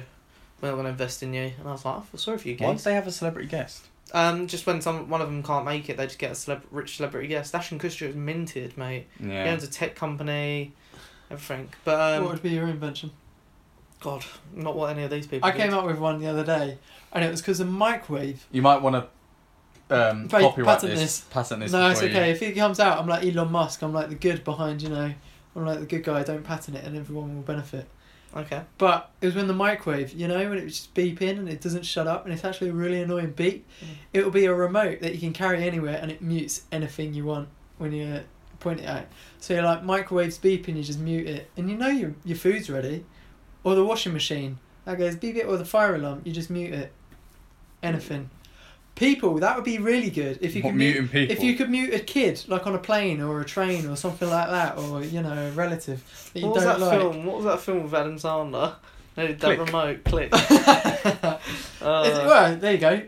A: we're not going to invest in you. And I was like, I feel sorry for you
B: Why did
A: guys.
B: they have a celebrity guest?
A: Um, just when some one of them can't make it, they just get a celeb- rich celebrity guest. Ashton Kutcher is minted, mate.
B: Yeah.
A: He owns a tech company, everything. But um,
C: what would be your invention?
A: God, not what any of these people.
C: I came
A: did.
C: up with one the other day, and it was because a microwave.
B: You might want to um,
C: Pa-
B: copyright
C: patent
B: this,
C: this.
B: Patent this.
C: no, it's
B: before
C: okay. If it comes out, I'm like Elon Musk. I'm like the good behind, you know. I'm like the good guy. Don't patent it, and everyone will benefit.
A: Okay.
C: But it was when the microwave, you know, when it was just beeping and it doesn't shut up, and it's actually a really annoying beep.
A: Mm.
C: It will be a remote that you can carry anywhere, and it mutes anything you want when you point it out. So you're like microwaves beeping, you just mute it, and you know your your food's ready, or the washing machine that goes beep it, or the fire alarm, you just mute it. Anything. People, that would be really good if you
B: What,
C: could mute
B: muting people.
C: if you could mute a kid, like on a plane or a train or something like that, or you know, a relative that you
A: What was
C: don't
A: that
C: like.
A: film? What was that film with Adam Sandler? <laughs> No, that
B: Click.
A: remote
C: <laughs>
A: click. Uh,
C: Is it- well, there you go.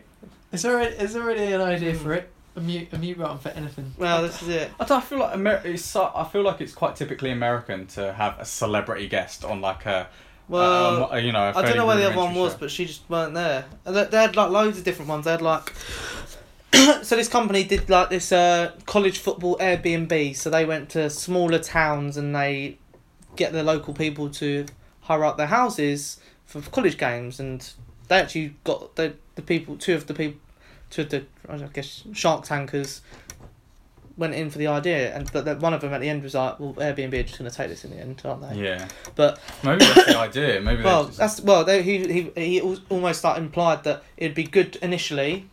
C: Is there already, is there already an idea for it? A mute, a mute button for anything.
A: Well, this is it.
B: I, don't, I feel like Amer- it's so, I feel like it's quite typically American to have a celebrity guest on like a
A: Well,
B: a- a- you know. I
A: I don't know where the other one was, but she just weren't there. And they, they had like loads of different ones. They had like. <coughs> so this company did like this uh, college football Airbnb. So they went to smaller towns and they get the local people to hire out their houses for college games. And they actually got the the people, two of the people, two of the I guess Shark Tankers went in for the idea. And but that one of them at the end was like, "Well, Airbnb are just going to take this in the end, aren't they?"
B: yeah,
A: But
B: maybe that's the idea. Maybe
A: well,
B: that's,
A: that's well. They, he he he al- almost like implied that it'd be good initially,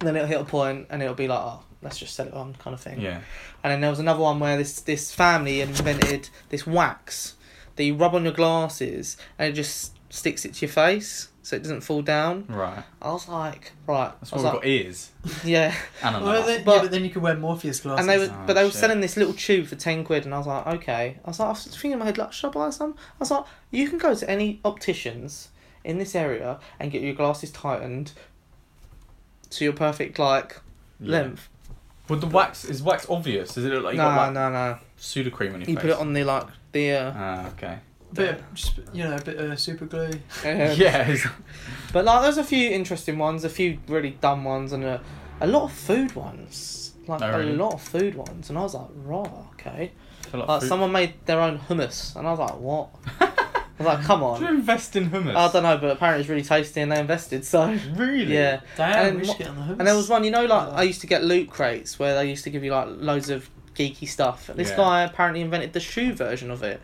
A: then it'll hit a point and it'll be like, oh, let's just sell it on, kind of thing.
B: yeah.
A: And then there was another one where this this family invented this wax that you rub on your glasses and it just sticks it to your face so it doesn't fall down.
B: Right.
A: I was like, right.
B: That's
A: I
B: why we've
A: was like,
B: got ears.
A: yeah.
B: And a
C: Well,
B: nose.
C: then,
A: But-
C: yeah, but then you could wear Morpheus glasses.
A: And they were,
B: Oh,
A: but they were
B: shit.
A: selling this little tube for ten quid, and I was like, okay. I was like, I was thinking in my head, like, should I buy some? I was like, you can go to any opticians in this area and get your glasses tightened to your perfect like
B: Yeah.
A: length.
B: Would the wax is wax obvious? Does it look like you
A: no,
B: got like
A: no, no.
B: pseudocreme on your
A: You
B: face?
A: put it on the like the. <laughs> Uh,
B: Ah, okay.
C: bit, of- just, you know, a bit of super glue.
A: um,
B: <laughs> yeah. it's-
A: But like, there's a few interesting ones, a few really dumb ones, and a, a lot of food ones. Like
B: Oh, really?
A: a lot of food ones, and I was like, right, okay.
B: I like
A: Like
B: food-
A: someone made their own hummus, and I was like, what? I was like, come
B: <laughs> Do you
A: on.
B: invest in hummus?
A: I don't know, but apparently it's really tasty, and they invested. So
B: Really?
A: yeah,
C: Damn,
A: And
C: we
A: what-
C: should get on the hummus.
A: and there was one, you know, like I used to get loot crates where they used to give you like loads of geeky stuff. This
B: Yeah.
A: guy apparently invented the shoe version of it.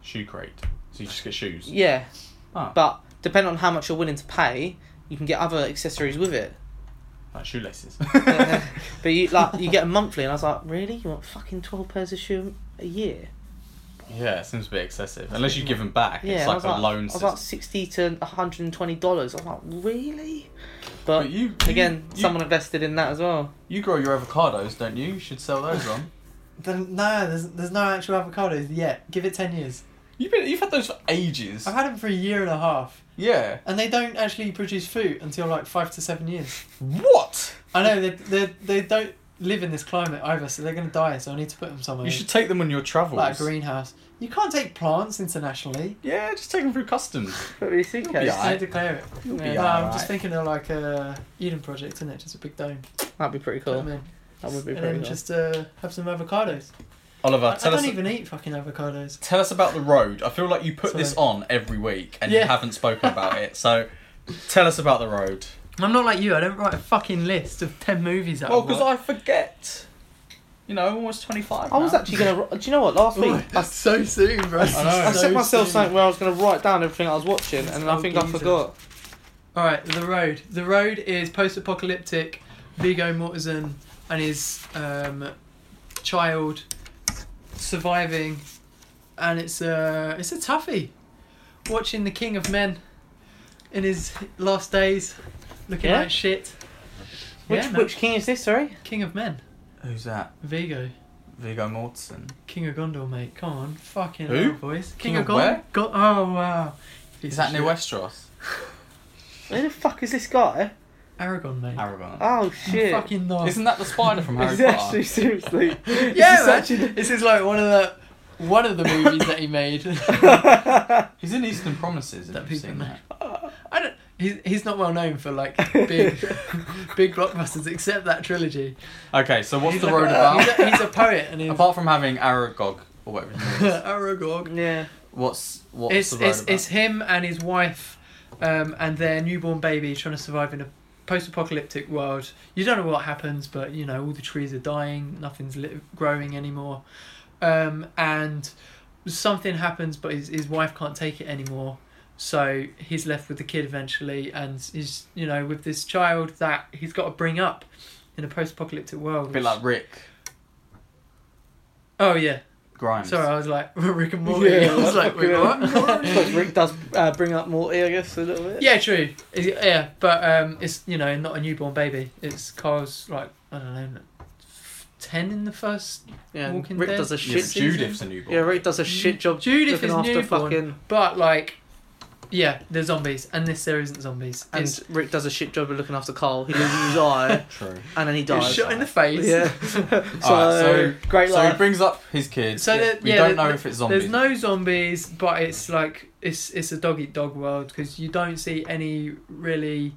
B: Shoe crate. So you just get shoes.
A: Yeah,
B: Ah,
A: but depending on how much you're willing to pay, you can get other accessories with it.
B: like
C: <laughs>
B: shoelaces. <laughs>
A: but you like you get a monthly, and I was like, really? You want fucking twelve pairs of shoe a year?
B: yeah, it seems a bit excessive. Unless you give them back,
A: Yeah,
B: it's
A: and I
B: like
A: was
B: a
A: like, I
B: loan
A: was
B: system.
A: like sixty to hundred and twenty dollars. I was like, really? But,
B: But you,
A: again,
B: you,
A: someone invested in that as well.
B: you, you grow your avocados, don't you? You should sell those on.
C: Then- no, there's, there's no actual avocados yet. Give it 10 years.
B: You've been, you've had those for ages.
C: I've had them for a year and a half.
B: Yeah.
C: And they don't actually produce fruit until like five to seven years.
B: What?
C: I know, they, they, they don't live in this climate either, so they're going to die, so I need to put them somewhere.
B: You should take them on your travels.
C: Like a greenhouse. You can't take plants internationally.
B: Yeah, just take them through customs.
A: Put me
B: be
A: suitcase.
B: alright.
C: Don't declare it.
A: You'll be
C: No,
A: Yeah,
C: I'm
B: alright.
C: just thinking of like a Eden project, isn't it? Just a big dome.
A: That'd be pretty
C: Do you know
A: cool.
C: what I mean?
A: That would be
C: and
A: pretty
C: then
A: cool.
C: just uh, have some avocados. I,
B: Oliver,
C: I
B: tell
C: don't
B: us.
C: even eat fucking avocados.
B: Tell us about the road. I feel like you put this on every week and you
C: Yeah.
B: haven't spoken about it. So tell us about the road.
C: I'm not like you. I don't write a fucking list of ten movies. That
B: Well,
C: I've
B: because
C: watched.
B: I forget. You know, I'm almost 25.
A: I was
B: now.
A: actually gonna. Do you know what? Last week
C: Ooh,
A: I,
C: that's so soon, bro.
B: I know.
A: I
B: so
A: set myself
C: soon.
A: something where I was gonna write down everything I was watching, and then I
C: Oh,
A: think I
C: Jesus.
A: forgot.
C: All right, the road. The road is post-apocalyptic. Vigo Mortensen and his um, child surviving, and it's a it's a toughie. Watching the King of Men in his last days, looking
A: Yeah?
C: like shit.
A: Which
C: yeah, man.
A: which king is this? Sorry.
C: King of Men?
B: Who's that?
C: Vigo,
B: Vigo Mortensen.
C: King of Gondor, mate. Come on, fucking
B: Who?
C: hell, boys. King,
B: King
C: of,
B: of
C: Gondor.
B: where?
C: Go- oh wow. Piece
B: Is
C: of
B: that near
C: shit.
B: Westeros?
A: Who the fuck is this guy?
C: Aragon, mate.
B: Aragon.
C: Ah.
A: Oh shit!
C: Fucking not.
B: Isn't that the spider
A: <laughs>
B: from Harry
A: It's
B: Potter?
A: actually
C: <laughs>
A: seriously.
C: yeah, man.
A: This is actually-
C: This is like one of the one of the movies that he made.
B: He's in Eastern Promises.
C: That
B: Have you
C: people
B: seen
C: know.
B: that?
C: I don't. He's, he's not well known for like big big blockbusters except that trilogy.
B: Okay, so what's
C: he's
B: the
C: like
B: road
C: a-
B: about?
C: He's a, he's a poet and he's
B: <laughs> Apart from having Aragog or whatever. his
C: <laughs>
B: name is,
C: Aragog.
A: yeah.
B: What's what's
C: It's
B: the road
C: it's,
B: about?
C: it's him and his wife um, and their newborn baby trying to survive in a post-apocalyptic world. You don't know what happens, but you know all the trees are dying, nothing's li- growing anymore, um, and something happens, but his his wife can't take it anymore. So he's left with the kid eventually, and he's you know with this child that he's got to bring up in a post-apocalyptic world.
B: a bit
C: which-
B: like Rick
C: oh yeah,
B: Grimes.
C: sorry, I was like <laughs> Rick and Morty. I was like, wait,
A: <laughs>
C: what?
A: But Rick does uh, bring up Morty, I guess, a little bit.
C: Yeah, true. Is it- Yeah, but um, it's you know not a newborn baby. It's Carl's like I don't know, f- ten in the first.
A: Yeah. and
C: Walking
A: Rick
C: Dead.
A: does a
B: Yeah,
A: shit.
C: season.
B: Judith's a newborn.
A: Yeah, Rick does a shit job.
C: Judith
A: looking
C: is
A: after
C: newborn.
A: fucking.
C: But like, yeah, they're zombies, and this there isn't zombies.
A: And
C: it's,
A: Rick does a shit job of looking after Carl. He loses his eye,
B: True.
A: and then he
C: it's
A: dies.
C: shot in the face. <laughs>
A: Yeah. <laughs> so,
B: so-
A: great
B: So he
A: life.
B: brings up his kids.
C: So there-
B: we
C: yeah,
B: don't
C: there-
B: know if it's zombies.
C: There's no zombies, but it's like it's it's a dog eat dog world because you don't see any really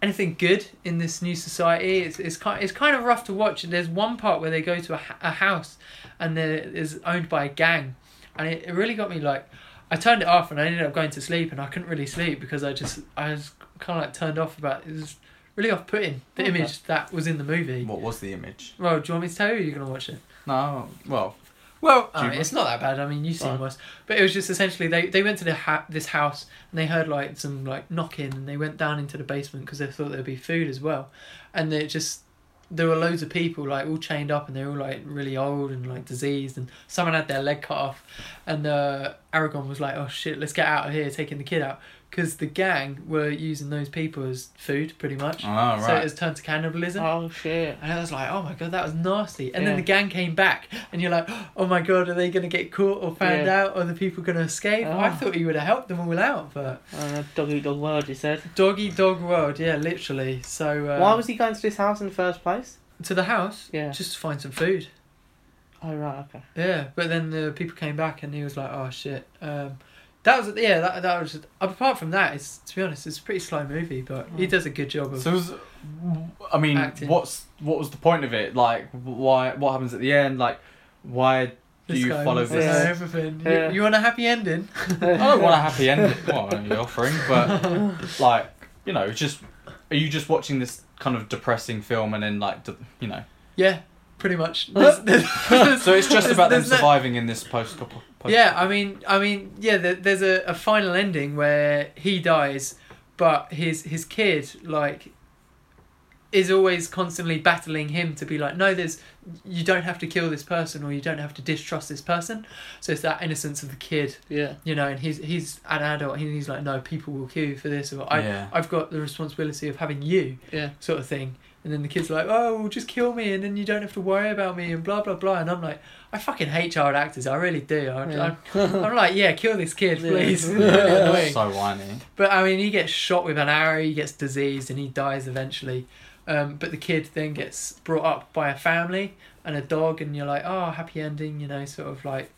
C: anything good in this new society. It's it's kind it's kind of rough to watch. And there's one part where they go to a, h- a house and there is owned by a gang, and it, it really got me like. I turned it off and I ended up going to sleep and I couldn't really sleep because I just I was kind of like turned off about it was really off putting the
A: Okay.
C: image that was in the movie.
B: What was the image?
C: Well, do you want me to tell you? or You're gonna watch it.
B: No. Well,
C: Well,
B: Do you-
C: I mean, it's not that bad. I mean, you've seen
A: Right.
C: worse. But it was just essentially they, they went to the ha- this house and they heard like some like knocking and they went down into the basement because they thought there'd be food as well, and they just there were loads of people like all chained up and they were all like really old and like diseased and someone had their leg cut off, and uh, Aragon was like, "Oh shit, let's get out of here, taking the kid out," because the gang were using those people as food, pretty much.
B: Oh, right.
C: So it was turned to cannibalism.
A: Oh shit.
C: And I was like, oh my god, that was nasty. And
A: Yeah.
C: then the gang came back, and you're like, oh my god, are they going to get caught or found
A: Yeah.
C: out? Are the people going to escape?
A: Oh.
C: I thought he would have helped them all out, but
A: Uh, dog eat dog world, you said.
C: doggy dog world, yeah, literally. So uh,
A: Why was he going to this house in the first place?
C: to the house
A: Yeah.
C: just to find some food?
A: Oh right, okay.
C: Yeah, but then the people came back, and he was like, oh shit. Um, that was yeah. That, that was apart from that. It's to be honest, it's a pretty slow movie, but he
A: Mm.
C: does a good job of.
B: So, it was, I mean,
C: Acting.
B: what's what was the point of it? Like, why? What happens at the end? Like, why do
C: this
B: you
C: guy
B: follow
C: wants to
B: this?
A: Yeah.
C: know everything. You-
A: Yeah.
C: You, want a happy ending?
B: I don't want a happy ending. Well, you're offering, but like, you know, it's just are you just watching this kind of depressing film and then like, d- you know?
C: Yeah, pretty
A: <laughs>
C: much. There's- <laughs> there's-
B: So it's just
C: there's-
B: about them
C: there's no-
B: surviving in this post. post
C: Yeah, I mean, I mean, yeah. There, there's a, a final ending where he dies, but his his kid like is always constantly battling him to be like, no, there's you don't have to kill this person or you don't have to distrust this person. So it's that innocence of the kid,
A: Yeah.
C: you know, and he's he's an adult. And he's like, no, people will kill you for this, or I
B: Yeah.
C: I've got the responsibility of having you,
A: Yeah.
C: sort of thing. And then the kid's like, oh, well, just kill me, and then you don't have to worry about me, and blah blah blah. And I'm like, I fucking hate child actors. I really do. I, <laughs>
A: Yeah.
C: I, I'm like, yeah, kill this kid,
A: Yeah. <laughs>
C: please.
A: Yeah.
C: Really annoying.
B: So whiny.
C: But I mean, he gets shot with an arrow, he gets diseased, and he dies eventually. Um, but the kid then gets brought up by a family and a dog, and you're like, oh, happy ending, you know, sort of like.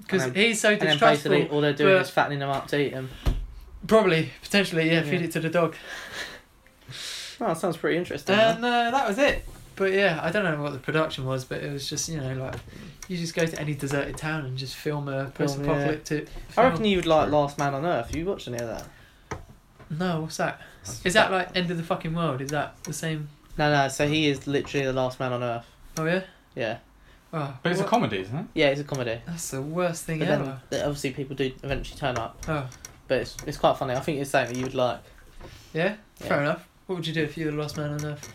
C: Because
A: And
C: he's so
A: And then basically
C: distrustful.
A: all they're doing
C: but-
A: is fattening them up to eat them.
C: Probably, potentially, yeah, feed
A: Yeah.
C: it to the dog.
A: Oh, that sounds pretty interesting. huh?
C: And uh, that was it. But yeah, I don't know what the production was, but it was just, you know, like, you just go to any deserted town and just film a post apocalyptic.
A: I reckon you would like Last Man on Earth. You watched any of that?
C: No, what's that? Is that like End of the Fucking World? Is that the same?
A: No, no. So he is literally the last man on Earth.
C: Oh, yeah?
A: Yeah.
C: Oh,
B: Ah. But it's a
C: what-
B: comedy, isn't it?
A: Yeah, it's a comedy.
C: That's the worst thing
A: But then
C: ever.
A: th- obviously people do eventually turn up,
C: Oh,
A: but it's, it's quite funny. I think it's something that you would like.
C: yeah?
A: Yeah.
C: Fair enough. What would you do if you were the last man on earth?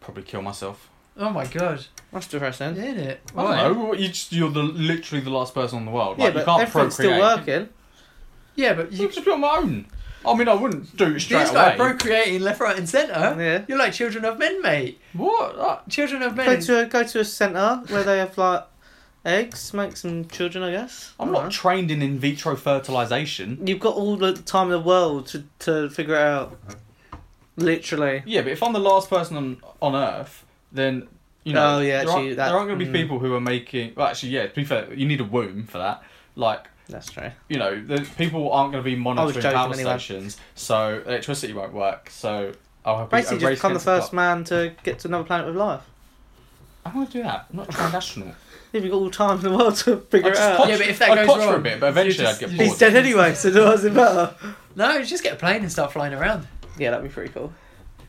B: Probably kill myself.
C: Oh my god.
A: That's depressing.
C: Isn't
A: Yeah,
C: it?
B: I don't know. You just, you're the literally the last person in the world. Like, you
A: but
B: can't
A: everything's
B: procreate.
A: still working.
C: Yeah, but
B: You
C: you.
B: could just be on my own. I mean, I wouldn't do it straight
C: These
B: away.
C: guys procreating left, right, and centre.
A: Yeah.
C: You're like children of men, mate.
B: What? Uh,
C: Children of men.
A: Go to a, go to a centre where they have like eggs, make some children, I guess.
B: I'm
A: I
B: not
A: dunno.
B: trained in in vitro fertilization.
A: You've got all the time in the world to to figure it out. Literally.
B: Yeah, but if I'm the last person on, on Earth, then you know
A: Oh, yeah,
B: there,
A: actually,
B: aren't,
A: that-
B: there aren't going to be
A: mm.
B: people who are making. Well, actually, yeah. To be fair, you need a womb for that. Like
A: That's true.
B: you know, the people aren't going to be monitoring
A: joking
B: power
A: anyway.
B: stations, so electricity won't work. So I'll have
A: Basically,
B: a
A: just
B: race
A: become the
B: against
A: first man to get to another planet with life.
B: clock. I want to do that.
A: <laughs>
B: I'm not a trained astronaut.
A: If you've got all the time in the world to figure
B: I
A: it
B: just
A: out.
B: cotch-
C: Yeah, but if that
B: I'd
C: goes
B: cotch for a
C: wrong,
B: bit, but eventually
C: you
B: I'd
C: just-
B: get
C: you
B: bored.
A: He's dead anyway, so what does it matter?
C: No, just get a plane and start flying around.
A: Yeah, that'd be pretty cool.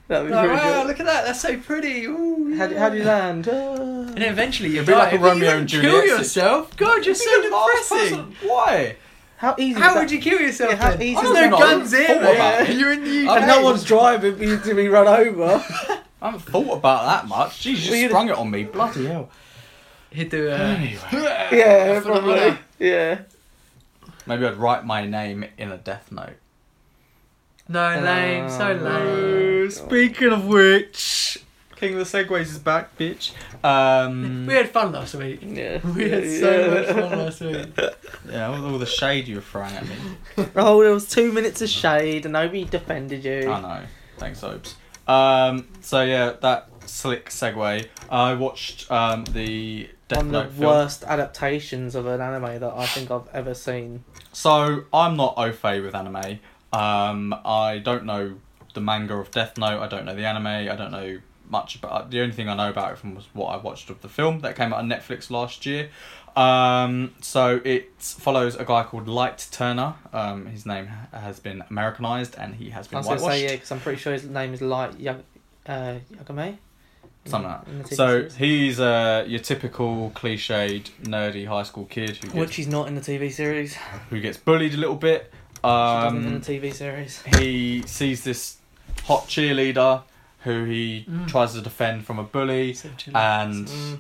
A: That'd be
C: Like,
A: pretty
C: wow,
A: cool.
C: look at that. That's so pretty. Ooh,
A: How, do-
C: yeah.
A: how do you land?
C: And then
A: Ah.
C: eventually you
B: It'd be like
C: die.
B: a
C: But
B: Romeo
C: you
B: and
C: wouldn't
B: Juliet
C: Kill yourself. God, you're so
B: Being the last
C: depressing.
B: person, Why?
A: How easy
C: How
A: is
C: would
A: that?
C: you kill yourself?
A: Yeah, how
C: then?
A: easy
B: I
C: There's
B: don't
C: no
B: know.
C: guns
B: I
C: here,
B: haven't thought about
C: mate.
B: it.
C: <laughs> You're in the UK.
A: And no one's driving for you to be
B: <laughs>
A: run over.
B: I haven't thought about that much. Jeez, you
A: Well,
B: just
A: you'd-
B: sprung it on me. Bloody hell.
C: He'd do a.
B: Anyway.
A: yeah,
C: I thought about
A: probably.
C: that.
A: Yeah.
B: <sighs> Maybe I'd write my name in a death note.
C: No, lame, so
A: Oh,
B: Uh,
C: lame.
A: God.
B: Speaking of which, King of the Segways is back, bitch. Um, <laughs>
C: We had fun last week.
A: Yeah.
C: We had
A: yeah,
C: so
A: yeah.
C: much fun last <laughs> week.
B: yeah, with all the shade you were throwing at me.
A: Oh, there was two minutes of shade and nobody defended you.
B: I know. Thanks, Obes. Um, so yeah, that slick segue. I watched um, the Death
A: One
B: Note
A: of the
B: film.
A: worst adaptations of an anime that I think I've ever seen.
B: So I'm not au fait with anime. Um, I don't know the manga of Death Note. I don't know the anime. I don't know much about. The only thing I know about it from was what I watched of the film that came out on Netflix last year. Um, so it follows a guy called Light Turner. Um, his name has been Americanized and he has
A: I
B: been
A: was going to
B: whitewashed.
A: say, yeah, because I'm pretty sure his name is Light Yag- uh, Yagame.
B: Something like
A: In the
B: that.
A: TV
B: So
A: series.
B: he's uh, your typical cliched nerdy high school kid who
A: Which
B: gets,
A: he's not in the TV series.
B: who gets bullied a little bit.
A: Um,
B: Um,
A: doesn't in the TV series.
B: he sees this hot cheerleader who he
C: Mm.
B: tries to defend from a bully
C: So chill.
B: and
A: Mm.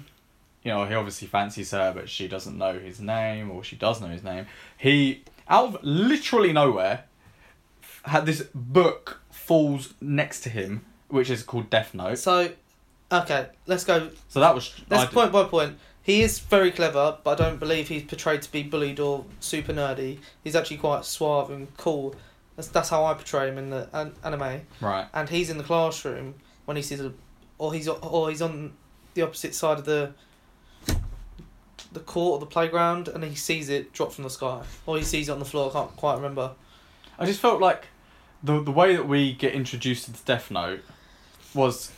B: you know, he obviously fancies her, but she doesn't know his name, or she does know his name. He, out of literally nowhere, had this book falls next to him, which is called Death Note.
A: So, okay, let's go.
B: So that was
A: Let's
B: I d-
A: point by point. He is very clever, but I don't believe he's portrayed to be bullied or super nerdy. He's actually quite suave and cool. That's that's how I portray him in the an- anime.
B: right.
A: And he's in the classroom when he sees a, or he's or he's on the opposite side of the the court or the playground, and he sees it drop from the sky, or he sees it on the floor. I can't quite remember.
B: I just felt like the the way that we get introduced to Death Note was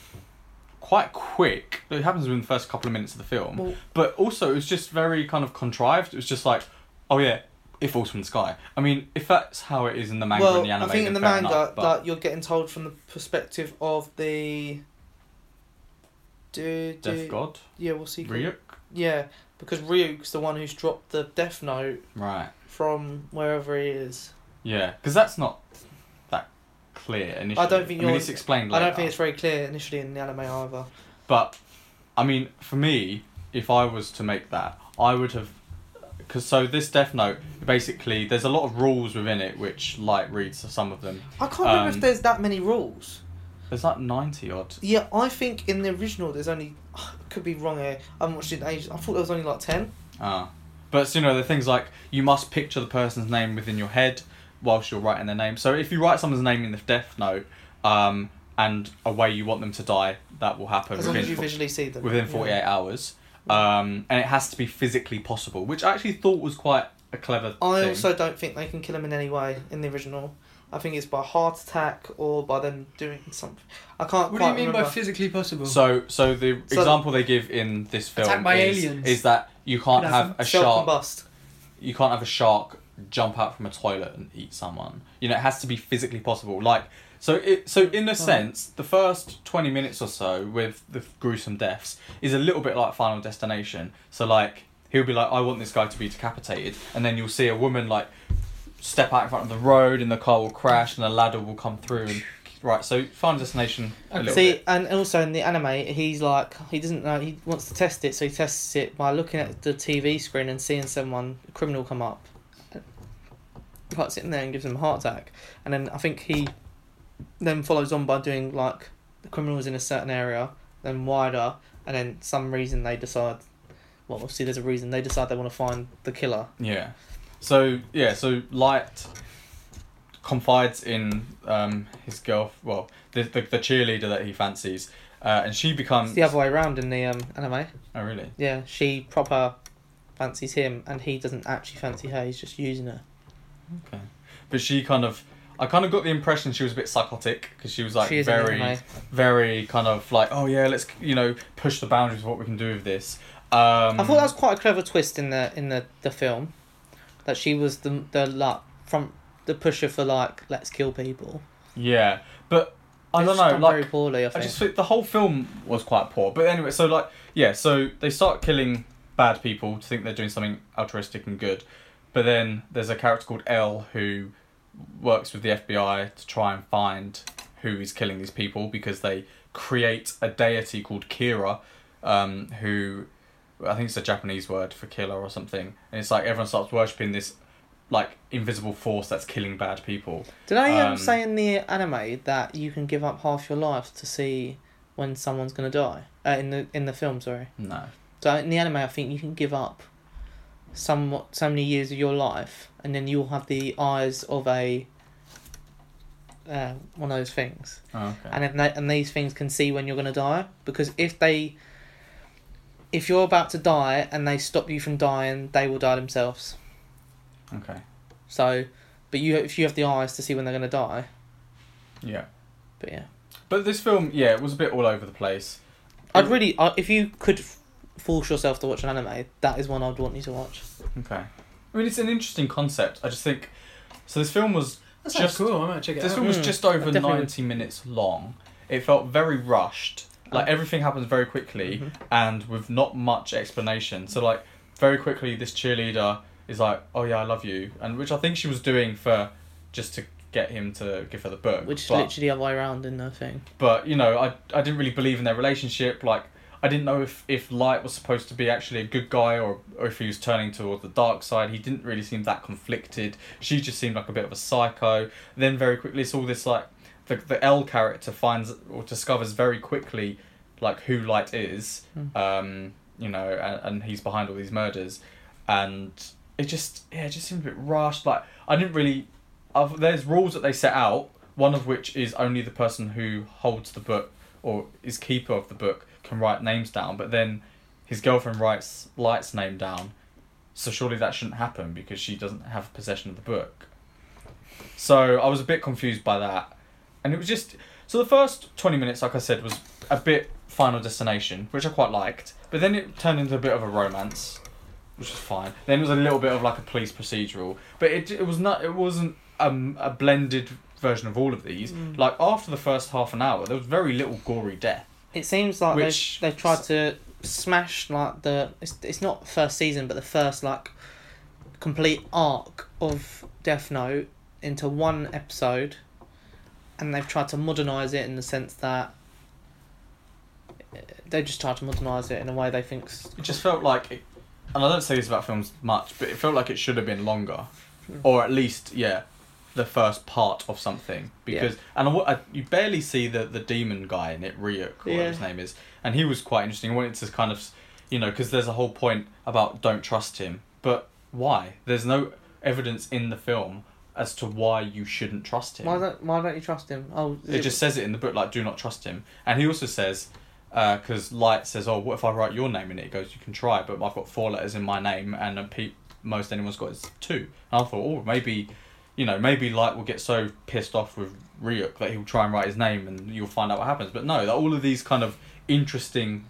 B: quite quick. It happens within the first couple of minutes of the film,
A: Well-
B: but also it was just very kind of contrived. It was just like, oh yeah, it falls from the sky. I mean, if that's how it is in the manga
A: well,
B: and the anime,
A: I think in
B: then
A: the
B: fair
A: manga,
B: enough, but
A: like you're getting told from the perspective of the. Do, do,
B: Death God,
A: Yeah, we'll see.
B: Ryuk,
A: Yeah, because Ryuk's the one who's dropped the Death Note
B: right?
A: from wherever he is.
B: Yeah, because that's not that clear initially.
A: think
B: I mean,
A: you're-
B: it's explained.
A: I
B: Later.
A: don't think it's very clear initially in the anime either.
B: But I mean, for me, if I was to make that, I would have. Because so this Death Note, basically, there's a lot of rules within it, which Light reads some of them.
A: I can't remember if
B: Um,
A: there's that many rules.
B: There's like ninety odd.
A: Yeah, I think in the original there's only. <sighs> could be wrong here. I haven't watched it in ages. I thought there was only like 10.
B: Ah, but you know, the things like you must picture the person's name within your head whilst you're writing their name. So if you write someone's name in the Death Note, um, and a way you want them to die, that will happen
A: As long as
B: within,
A: you
B: fo-
A: visually see them.
B: within
A: Yeah.
B: forty eight hours. Um, and it has to be physically possible, which I actually thought was quite a clever.
A: I
B: thing.
A: also don't think they can kill him in any way in the original. I think it's by heart attack or by them doing something. I can't
C: What do
A: quite
C: you mean
A: remember.
C: by physically possible?
B: So, so the
A: So-
B: example they give in this film
C: Attack by
B: is,
C: aliens.
B: is that you can't
C: Could
B: have
C: have
B: a
A: Self
B: shark.
A: combust.
B: You can't have a shark jump out from a toilet and eat someone. You know, it has to be physically possible. Like, so it. So in a sense, the first twenty minutes or so with the gruesome deaths is a little bit like Final Destination. So like, he'll be like, "I want this guy to be decapitated," and then you'll see a woman like step out in front of the road, and the car will crash, and a ladder will come through. And right, so Final Destination. A little
A: See,
B: bit.
A: and also in the anime, he's like he doesn't know he wants to test it, so he tests it by looking at the TV screen and seeing someone a criminal come up, like sitting there and gives him a heart attack, and then I think he then follows on by doing like the criminals in a certain area, then wider, and then some reason they decide. Well, obviously, there's a reason they decide they want to find the killer.
B: Yeah. So yeah, so Light confides in um, his girl, well, the, the the cheerleader that he fancies, uh, and she becomes.
A: It's the other way around in the um, anime.
B: Oh really?
A: Yeah, she proper fancies him, and he doesn't actually fancy her. He's just using her.
B: Okay. But she kind of, I kind of got the impression she was a bit psychotic because she was like
A: She is in the
B: very,
A: anime.
B: very kind of like, oh yeah, let's you know push the boundaries of what we can do with this. Um,
A: I thought that was quite a clever twist in the in the, the film, that she was the the like from the pusher for like let's kill people.
B: Yeah, but I
A: It's
B: don't know,
A: done
B: like.
A: very poorly. I
B: I
A: think
B: just think the whole film was quite poor. But anyway, so like yeah, so they start killing bad people to think they're doing something altruistic and good. But then there's a character called L who works with the FBI to try and find who is killing these people because they create a deity called Kira, um, who I think it's a Japanese word for killer or something. And it's like everyone starts worshipping this like invisible force that's killing bad people.
A: did I um,
B: um,
A: say in the anime that you can give up half your life to see when someone's gonna die? Uh, in the in the film, sorry.
B: No.
A: So in the anime, I think you can give up somewhat so many years of your life, and then you'll have the eyes of a uh, one of those things.
B: Oh, okay.
A: and if they, and these things can see when you're going to die because if they if you're about to die and they stop you from dying they will die themselves
B: okay.
A: so but you if you have the eyes to see when they're going to die
B: Yeah.
A: but yeah
B: But this film, yeah, it was a bit all over the place.
A: i'd really I, if you could f- force yourself to watch an anime that is one i'd want you to watch
B: Okay. I mean, it's an interesting concept. I just think. So this film was
C: That sounds
B: just
C: cool. I might check it
B: this
C: out.
B: film was
A: Mm,
B: just
A: I
B: over
A: definitely would.
B: ninety minutes long. It felt very rushed. Like
A: Oh.
B: everything happens very quickly
A: Mhm.
B: and with not much explanation. So like very quickly, this cheerleader is like, "Oh yeah, I love you," and which I think she was doing for just to get him to give her the book.
A: which is
B: but,
A: literally the other way around in the thing
B: but you know, I I didn't really believe in their relationship. Like I didn't know if, if Light was supposed to be actually a good guy or, or if he was turning toward the dark side. He didn't really seem that conflicted. She just seemed like a bit of a psycho. Then very quickly, it's all this like the the L character finds or discovers very quickly like who Light is.
A: Mm.
B: Um, you know, and, and he's behind all these murders, and it just yeah, it just seemed a bit rushed. Like I didn't really. I've, there's rules that they set out. One of which is only the person who holds the book or is keeper of the book can write names down, but then his girlfriend writes Light's name down. So surely that shouldn't happen because she doesn't have possession of the book. So I was a bit confused by that. And it was just so the first 20 minutes like I said was a bit final destination, which I quite liked. But then it turned into a bit of a romance, which was fine. Then it was a little bit of like a police procedural, but it it was not it wasn't um, a blended version of all of these.
C: Mm.
B: Like after the first half an hour, there was very little gory death.
A: It seems like
B: Which-
A: they've, they've tried to smash like the it's, it's not first season but the first like complete arc of Death Note into one episode and they've tried to modernize it in the sense that eh, they just try to modernize it in a way they think's
B: It just felt like, it, and I don't say this about films much, but it felt like it should have been longer,
A: Hmm.
B: or at least yeah, the first part of something because and I wa- I- you barely see the the demon guy in it, Ryuk, or whatever
A: Yeah.
B: his name is, and he was quite interesting. I wanted to kind of, s- you know, because there's a whole point about don't trust him, but why? There's no evidence in the film as to why you shouldn't trust him
A: why don't why don't you trust him oh
B: it just says it in the book like do not trust him and he also says because light says oh what if i write your name in it he goes you can try but i've got four letters in my name and a pe- most anyone's got is two and i thought oh maybe you know maybe light will get so pissed off with ryuk that he'll try and write his name and you'll find out what happens but no that all of these kind of interesting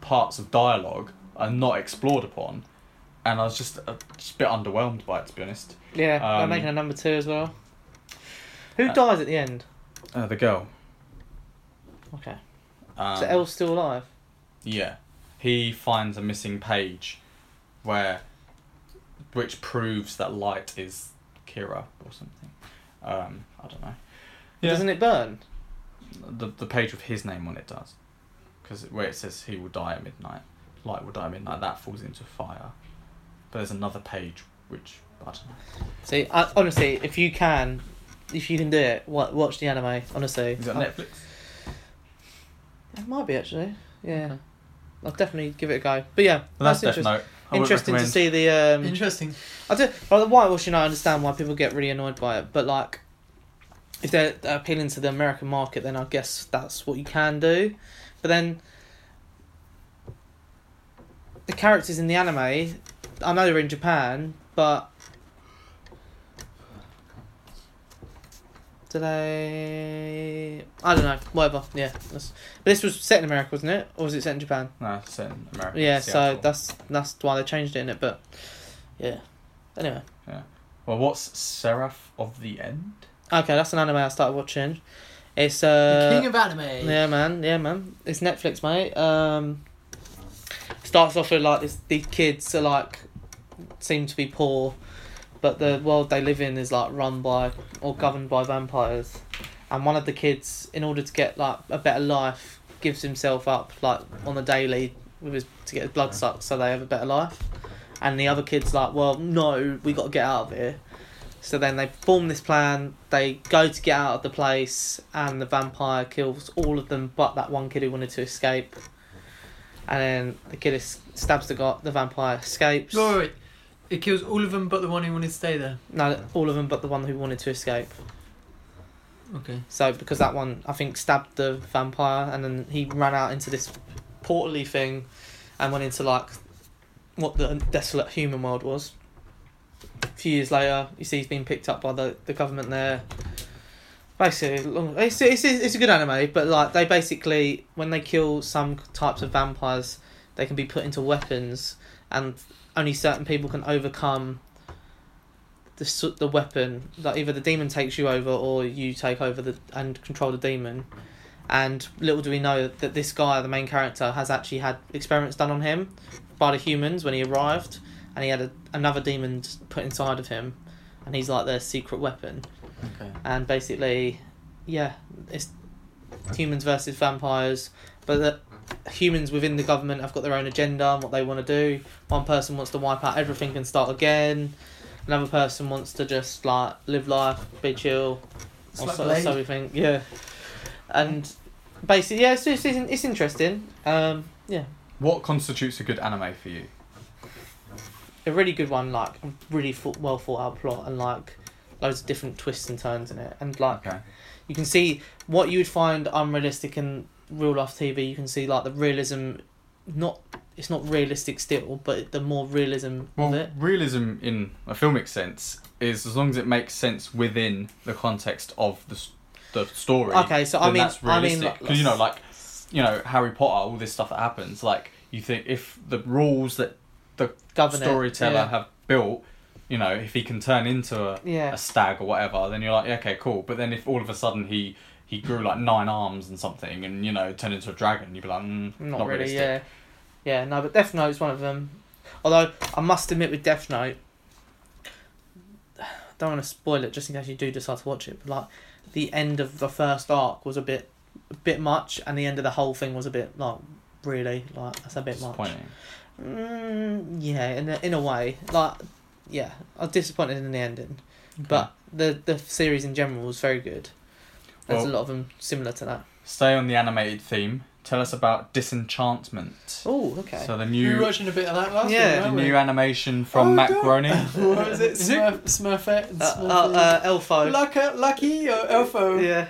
B: parts of dialogue are not explored upon and i was just, uh, just a bit underwhelmed by it to be honest
A: yeah
B: um,
A: they're making a number two as well who
B: Uh,
A: dies at the end
B: uh, the girl
A: okay
B: um,
A: so L's still alive
B: Yeah. He finds a missing page where which proves that light is Kira or something. Um, I don't know. Yeah.
A: doesn't it burn
B: The the page with his name on it does. Cuz where it says he will die at midnight, light will die at midnight, that falls into fire. But there's another page which I don't know.
A: See, I, uh, honestly, if you can, if you can do it, wa- watch the anime. Honestly,
B: Is it on
A: I-
B: Netflix?
A: It might be actually. Yeah, I'll definitely give it a go. But yeah,
B: Well, that's,
A: that's
B: Death
A: interest-
B: Note. I would
A: interesting to
B: recommend-
A: see the. Um,
C: Interesting.
A: I do. Well, the whitewashing, I understand why people get really annoyed by it, but like, if they're appealing to the American market, then I guess that's what you can do. But then, the characters in the anime, I know they're in Japan, but do they? I don't know. Whatever. Yeah. That's... But this was set in America, wasn't it, or was it set in Japan?
B: No, it's in America.
A: Yeah.
B: Seattle.
A: So that's that's why they changed it in it. But yeah. Anyway.
B: Well, what's Seraph of the End?
A: Okay, that's an anime I started watching. It's uh,
C: the king of anime.
A: yeah, man, yeah, man. It's Netflix, mate. Um, starts off with like this, these kids are like seem to be poor, but the world they live in is like run by or governed by vampires, and one of the kids, in order to get like a better life, gives himself up like on the daily with his to get his blood sucked so they have a better life, and the other kid's like, well, no, we got to get out of here. So then they form this plan. They go to get out of the place, and the vampire kills all of them but that one kid who wanted to escape. And then the kid is, stabs the guy. The vampire escapes.
C: Wait, wait, wait. It kills all of them but the one who wanted to stay there.
A: No, all of them but the one who wanted to escape.
C: Okay.
A: So because that one, I think, stabbed the vampire, and then he ran out into this portally thing, and went into like what the desolate human world was. A few years later, you see he's been picked up by the, the government there. Basically, long- it's, it's, it's a good anime, but like they basically when they kill some types of vampires, they can be put into weapons, and only certain people can overcome the s- the weapon. Like either the demon takes you over, or you take over the and control the demon. And little do we know that this guy, the main character, has actually had experiments done on him by the humans when he arrived, and he had a, another demon put inside of him, and he's like their secret weapon
B: Okay.
A: and basically, yeah, it's humans versus vampires. But the, humans within the government have got their own agenda and what they want to do. One person wants to wipe out everything and start again. Another person wants to just like live life, be chill,
C: It's
A: or
C: like
A: so,
C: Blade.
A: so we think. Yeah, and basically, yeah, it's it's, it's it's interesting. Um, yeah,
B: What constitutes a good anime for you?
A: a really good one, like a really thought, well thought out plot and like loads of different twists and turns in it, and like
B: Okay.
A: you can see what you would find unrealistic in real life TV. You can see like the realism, not it's not realistic still, but the more realism of
B: Well,
A: it.
B: realism in a filmic sense is as long as it makes sense within the context of the s- the story.
A: Okay, so I
B: then
A: mean,
B: that's
A: I mean,
B: realistic.
A: like,
B: 'Cause, you know, like you know Harry Potter, all this stuff that happens. Like you think if the rules that
A: govern it,
B: storyteller
A: yeah.
B: have built, you know, if he can turn into a,
A: Yeah,
B: a stag or whatever, then you're like, yeah, okay, cool. But then if all of a sudden he he grew like nine arms and something, and you know turned into a dragon, you'd be like, mm,
A: not,
B: not,
A: really.
B: realistic.
A: Yeah, yeah, no, but Death Note's one of them. Although I must admit, with Death Note, <sighs> don't want to spoil it just in case you do decide to watch it. But like, the end of the first arc was a bit, a bit much, and the end of the whole thing was a bit like really like that's a bit much.
B: Disappointing.
A: Mm, yeah, in a, in a way, like yeah, I was disappointed in the ending, but the the series in general was very good. There's
B: Well-
A: a lot of them similar to that.
B: Stay on the animated theme. Tell us about Disenchantment.
A: Oh, okay.
B: So the
C: We were
B: new
C: watching a bit of that last
A: Yeah.
C: week,
B: the
C: weren't
B: new
C: we? Oh,
B: animation from Matt <laughs> Groening.
C: <laughs> what was it?
A: Is it-
C: Smurf, Smurfette and
A: uh,
C: Smurfy.
A: uh, uh, Elfo.
C: Lucky, Lucky or Elfo?
A: yeah,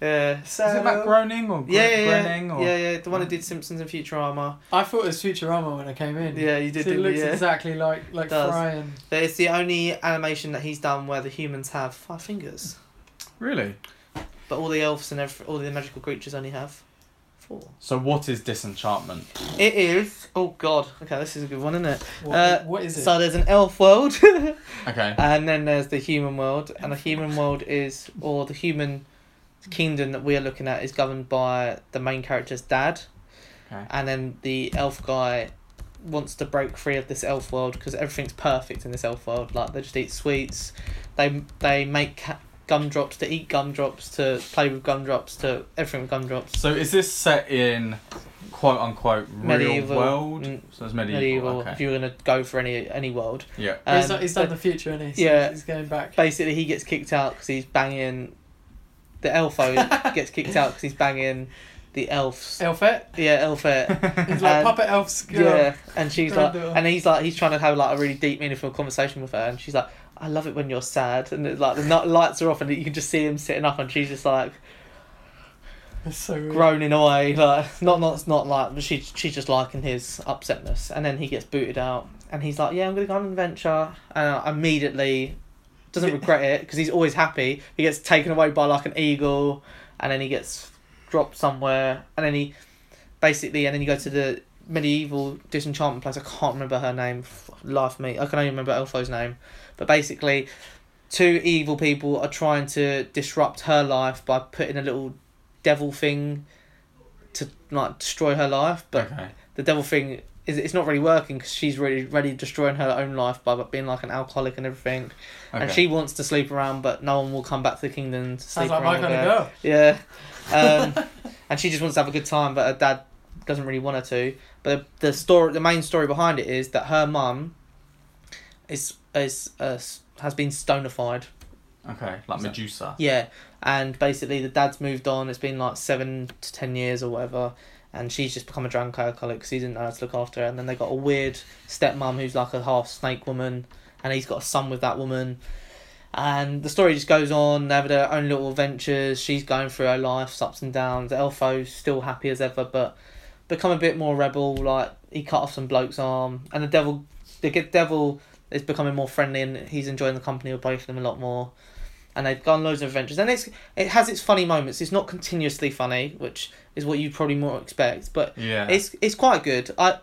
A: yeah.
C: So,
B: Is it Matt Groening or Gro-
A: Yeah, yeah, yeah.
B: Groening? Or...
A: yeah, yeah. The one who did Simpsons and Futurama.
C: I thought it was Futurama when I came in.
A: Yeah, you did.
C: So it
A: didn't you?
C: looks
A: yeah.
C: exactly like like
A: Does.
C: Fry and
A: It's the only animation that he's done where the humans have five fingers,
B: Really?
A: but all the elves and ev- all the magical creatures only have four.
B: So what is Disenchantment?
A: It is. Oh God. Okay, this is a good one, isn't it?
C: what,
A: Uh,
C: what is it?
A: So there's an elf world, <laughs>
B: Okay.
A: and then there's the human world, and the human world is, or the human kingdom that we are looking at is governed by the main character's dad,
B: Okay.
A: and then the elf guy wants to break free of this elf world because everything's perfect in this elf world. Like they just eat sweets, they they make ca- gumdrops to eat gumdrops to play with gumdrops to everything with gumdrops.
B: So is this set in quote unquote real
A: Medieval.
B: world?
A: Mm.
B: So it's medieval.
A: Medieval. If
B: Okay.
A: you're gonna go for any any world,
B: Yeah.
C: Well, he's,
A: Um,
C: not, he's
A: but-
C: done the future, and he's
A: yeah.
C: he's going back.
A: basically he gets kicked out because he's banging
C: <laughs>
A: the elfo gets kicked out because he's banging the elves
C: Elfette,
A: yeah
C: <laughs>
A: elfette
C: it's like
A: And-
C: puppet elf's girl.
A: yeah and she's like
C: Granddaughter.
A: and he's like he's trying to have like a really deep meaningful conversation with her and she's like i love it when you're sad and it's like the nut- lights are off and you can just see him sitting up and she's just like
C: It's so weird.
A: groaning away like not not it's not like but she she's just liking his upsetness and then he gets booted out and he's like yeah i'm gonna go on an adventure and uh, immediately doesn't regret it because he's always happy he gets taken away by like an eagle and then he gets dropped somewhere and then he basically and then you go to the medieval disenchantment place i can't remember her name F- life me i can only remember elfo's name but basically two evil people are trying to disrupt her life by putting a little devil thing to like destroy her life but
B: okay.
A: the devil thing is it's not really working because she's really really destroying her own life by being like an alcoholic and everything
B: Okay.
A: and she wants to sleep around but no one will come back to the kingdom to sleep
C: Sounds like my
A: around with
C: kind of
A: her.
C: girl.
A: <laughs> Yeah. Um, and she just wants to have a good time, but her dad doesn't really want her to. But the story, the main story behind it is that her mum is is uh, s- has been stonified.
B: Okay. Like
A: So-
B: Medusa.
A: Yeah, and basically the dad's moved on. It's been like seven to ten years or whatever. And she's just become a drunk alcoholic because he didn't know how to look after her. And then they got a weird stepmom who's like a half snake woman, and he's got a son with that woman. And the story just goes on. They have their own little adventures. She's going through her life's ups and downs. Elfo's still happy as ever, but become a bit more rebel. Like he cut off some bloke's arm, and the devil, the good devil, is becoming more friendly, and he's enjoying the company of both of them a lot more. And they've gone loads of adventures, and it's it has its funny moments. It's not continuously funny, which is what you probably more expect, but
B: Yeah.
A: it's it's quite good. I